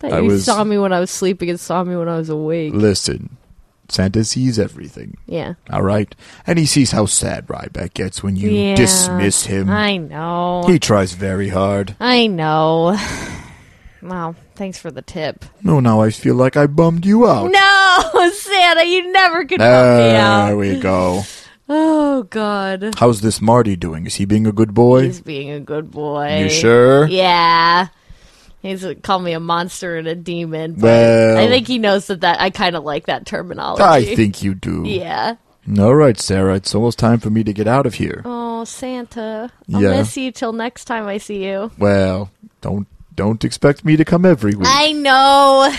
Speaker 4: That
Speaker 5: I
Speaker 4: you
Speaker 5: was-
Speaker 4: saw me when I was sleeping and saw me when I was awake.
Speaker 5: Listen, Santa sees everything.
Speaker 4: Yeah.
Speaker 5: All right. And he sees how sad Ryback gets when you
Speaker 4: Yeah.
Speaker 5: dismiss him.
Speaker 4: I know.
Speaker 5: He tries very hard.
Speaker 4: I know. *sighs* Wow. Thanks for the tip.
Speaker 5: No, now I feel like I bummed you out.
Speaker 4: No, *laughs* Santa, you never could help me
Speaker 5: There
Speaker 4: out.
Speaker 5: we go.
Speaker 4: Oh, God.
Speaker 5: How's this Marty doing? Is he being a good boy?
Speaker 4: He's being a good boy.
Speaker 5: you sure?
Speaker 4: Yeah. He's called me a monster and a demon. But
Speaker 5: Well-
Speaker 4: I think he knows that, that I kind of like that terminology.
Speaker 5: I think you do.
Speaker 4: *laughs* Yeah.
Speaker 5: All right, Sarah. It's almost time for me to get out of here.
Speaker 4: Oh, Santa. I'll
Speaker 5: Yeah.
Speaker 4: miss you till next time I see you.
Speaker 5: Well, don't don't expect me to come every week.
Speaker 4: I know.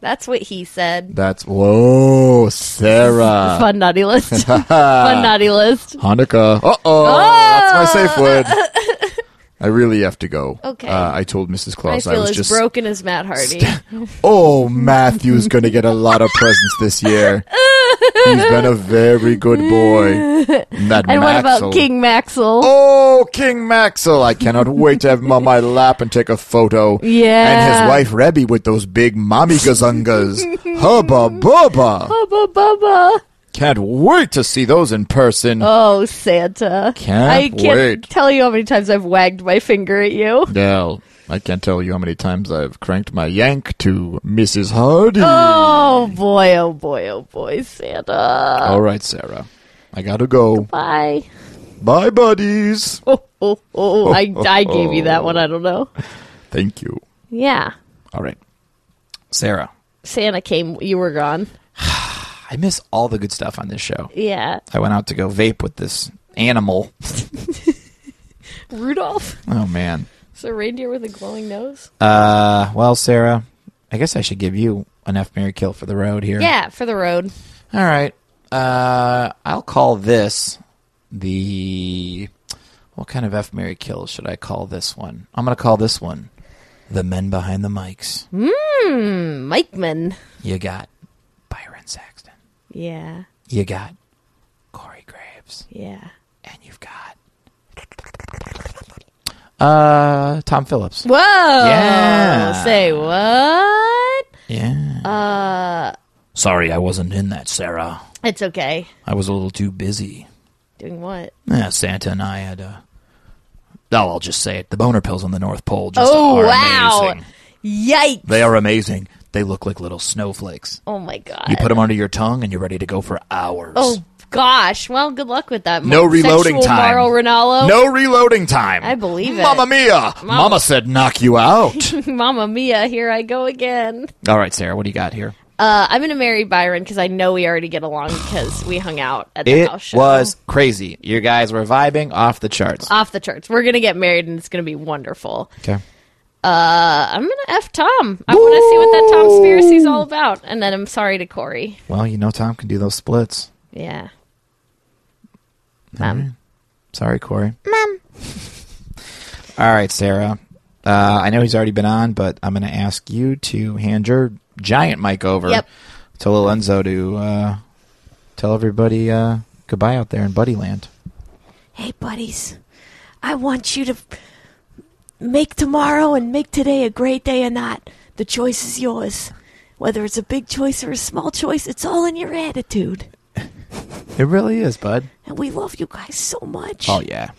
Speaker 4: That's what he said.
Speaker 5: That's whoa, Sarah.
Speaker 4: Fun
Speaker 5: *laughs*
Speaker 4: naughty list. *laughs* Fun naughty list.
Speaker 5: Hanukkah. Uh oh. That's my safe
Speaker 4: *laughs*
Speaker 5: word. I really have to go.
Speaker 4: Oh. Okay.
Speaker 5: Uh, I told Mrs.
Speaker 4: I
Speaker 5: Claus I,
Speaker 4: feel
Speaker 5: was
Speaker 4: as
Speaker 5: just
Speaker 4: broken as Matt Hardy.
Speaker 5: Oh, Matthew's going to get a lot of presents this
Speaker 4: *laughs*
Speaker 5: year. He's been a very good boy.
Speaker 4: *laughs*
Speaker 5: And That
Speaker 4: and what about
Speaker 5: Maxell-
Speaker 4: King Maxwell?
Speaker 5: Oh, King Maxell! I cannot wait to have him
Speaker 4: *laughs*
Speaker 5: on my lap and take a photo.
Speaker 4: Yeah.
Speaker 5: And his wife Rebby with those big mommy
Speaker 4: *laughs*
Speaker 5: gazungas. Hubba bubba.
Speaker 4: Bubba Bubba.
Speaker 5: Can't wait to see those in person.
Speaker 4: Oh, Santa.
Speaker 5: Can't
Speaker 4: I can't
Speaker 5: wait.
Speaker 4: tell you how many times I've wagged my finger at you.
Speaker 5: Now, I can't tell you how many times I've cranked my yank to Mrs. Hardy.
Speaker 4: Oh, boy, oh, boy, oh, boy, Santa.
Speaker 5: All right, Sarah. I gotta go.
Speaker 4: Bye. *laughs*
Speaker 5: Bye, buddies.
Speaker 4: Oh, oh, oh. I, I gave you that one. I don't know.
Speaker 5: Thank you.
Speaker 4: Yeah.
Speaker 5: All right. Sarah.
Speaker 4: Santa came. You were gone.
Speaker 5: I miss all the good stuff on this show.
Speaker 4: Yeah.
Speaker 5: I went out to go vape with this animal. *laughs*
Speaker 4: Rudolph.
Speaker 5: Oh man.
Speaker 4: It's a reindeer with a glowing nose.
Speaker 5: Uh well, Sarah, I guess I should give you an F Mary Kill for the road here.
Speaker 4: Yeah, for the road.
Speaker 5: All right. Uh I'll call this the what kind of F Mary Kill should I call this one? I'm gonna call this one The Men Behind the Mics.
Speaker 3: Hmm?
Speaker 4: Mikeman.
Speaker 5: You got Byron Saxton.
Speaker 4: Yeah.
Speaker 5: You got Corey Graves.
Speaker 4: Yeah.
Speaker 5: And you've got
Speaker 3: Uh, Tom Phillips.
Speaker 4: Whoa!
Speaker 3: Yeah.
Speaker 4: Say what?
Speaker 3: Yeah.
Speaker 4: Uh,
Speaker 3: Sorry, I wasn't in that, Sarah.
Speaker 4: it's okay.
Speaker 3: I was a little too busy.
Speaker 4: Doing what?
Speaker 3: Yeah, Santa and I had. Uh, oh, I'll just say it. The boner pills on the North Pole just
Speaker 4: Oh,
Speaker 3: are
Speaker 4: wow.
Speaker 3: amazing.
Speaker 4: Yikes!
Speaker 3: They are amazing. They look like little snowflakes.
Speaker 4: Oh my god.
Speaker 3: You put them under your tongue, and you're ready to go for hours.
Speaker 4: oh gosh. Well, good luck with that.
Speaker 3: No reloading
Speaker 4: Sexual
Speaker 3: time.
Speaker 4: Mauro Ranallo.
Speaker 3: No reloading time.
Speaker 4: I believe it.
Speaker 3: Mamma mia! Mama. said, "Knock you
Speaker 4: *laughs*
Speaker 3: out." *laughs*
Speaker 4: Mamma Mia, here I go again.
Speaker 3: All right, Sarah, what do you got here?
Speaker 4: Uh, I'm gonna marry Byron because I know we already get along because we hung out at the
Speaker 3: It
Speaker 4: house show. Uh,
Speaker 3: was crazy. You guys were vibing off the charts.
Speaker 4: off the charts. We're gonna get married and it's gonna be wonderful.
Speaker 3: Okay.
Speaker 4: Uh, I'm gonna f Tom. I want to see what that Tom conspiracy is all about. And then I'm sorry to Corey.
Speaker 3: Well, you know Tom can do those splits.
Speaker 4: Yeah. Um,
Speaker 3: Sorry, Corey. Mom. *laughs* All right, Sarah. Uh, I know he's already been on, but I'm going to ask you to hand your giant mic over
Speaker 4: Yep.
Speaker 3: to Lorenzo to uh, tell everybody uh, goodbye out there in Buddyland.
Speaker 8: Hey, buddies. I want you to make tomorrow and make today a great day or not. The choice is yours. Whether it's a big choice or a small choice, it's all in your attitude.
Speaker 3: It really is, bud.
Speaker 8: And we love you guys so much.
Speaker 3: Oh yeah,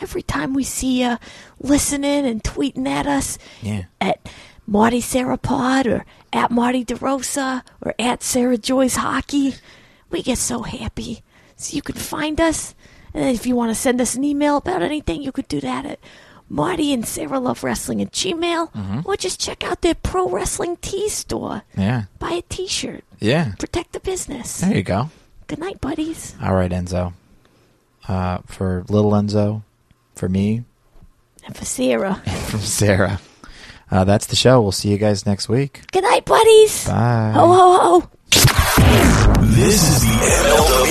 Speaker 8: Every time we see you listening and tweeting at us
Speaker 3: yeah.
Speaker 8: at Marty Sarah Pod or at Marty DeRosa or at Sarah Joy's Hockey, we get so happy. So you can find us. And then if you want to send us an email about anything, you could do that at Marty and Sarah Love Wrestling at Gmail. Or just check out their pro wrestling tea store.
Speaker 3: Yeah.
Speaker 8: Buy a t shirt.
Speaker 3: Yeah.
Speaker 8: Protect the business.
Speaker 3: There you go.
Speaker 8: Good night, buddies.
Speaker 3: All right, Enzo. Uh, for little Enzo, for me, *laughs*
Speaker 8: And for Sarah.
Speaker 3: from Sarah. Uh, that's the show. We'll see you guys next week.
Speaker 8: Good night, buddies.
Speaker 3: Bye.
Speaker 8: Ho, ho, ho.
Speaker 1: This is the MLW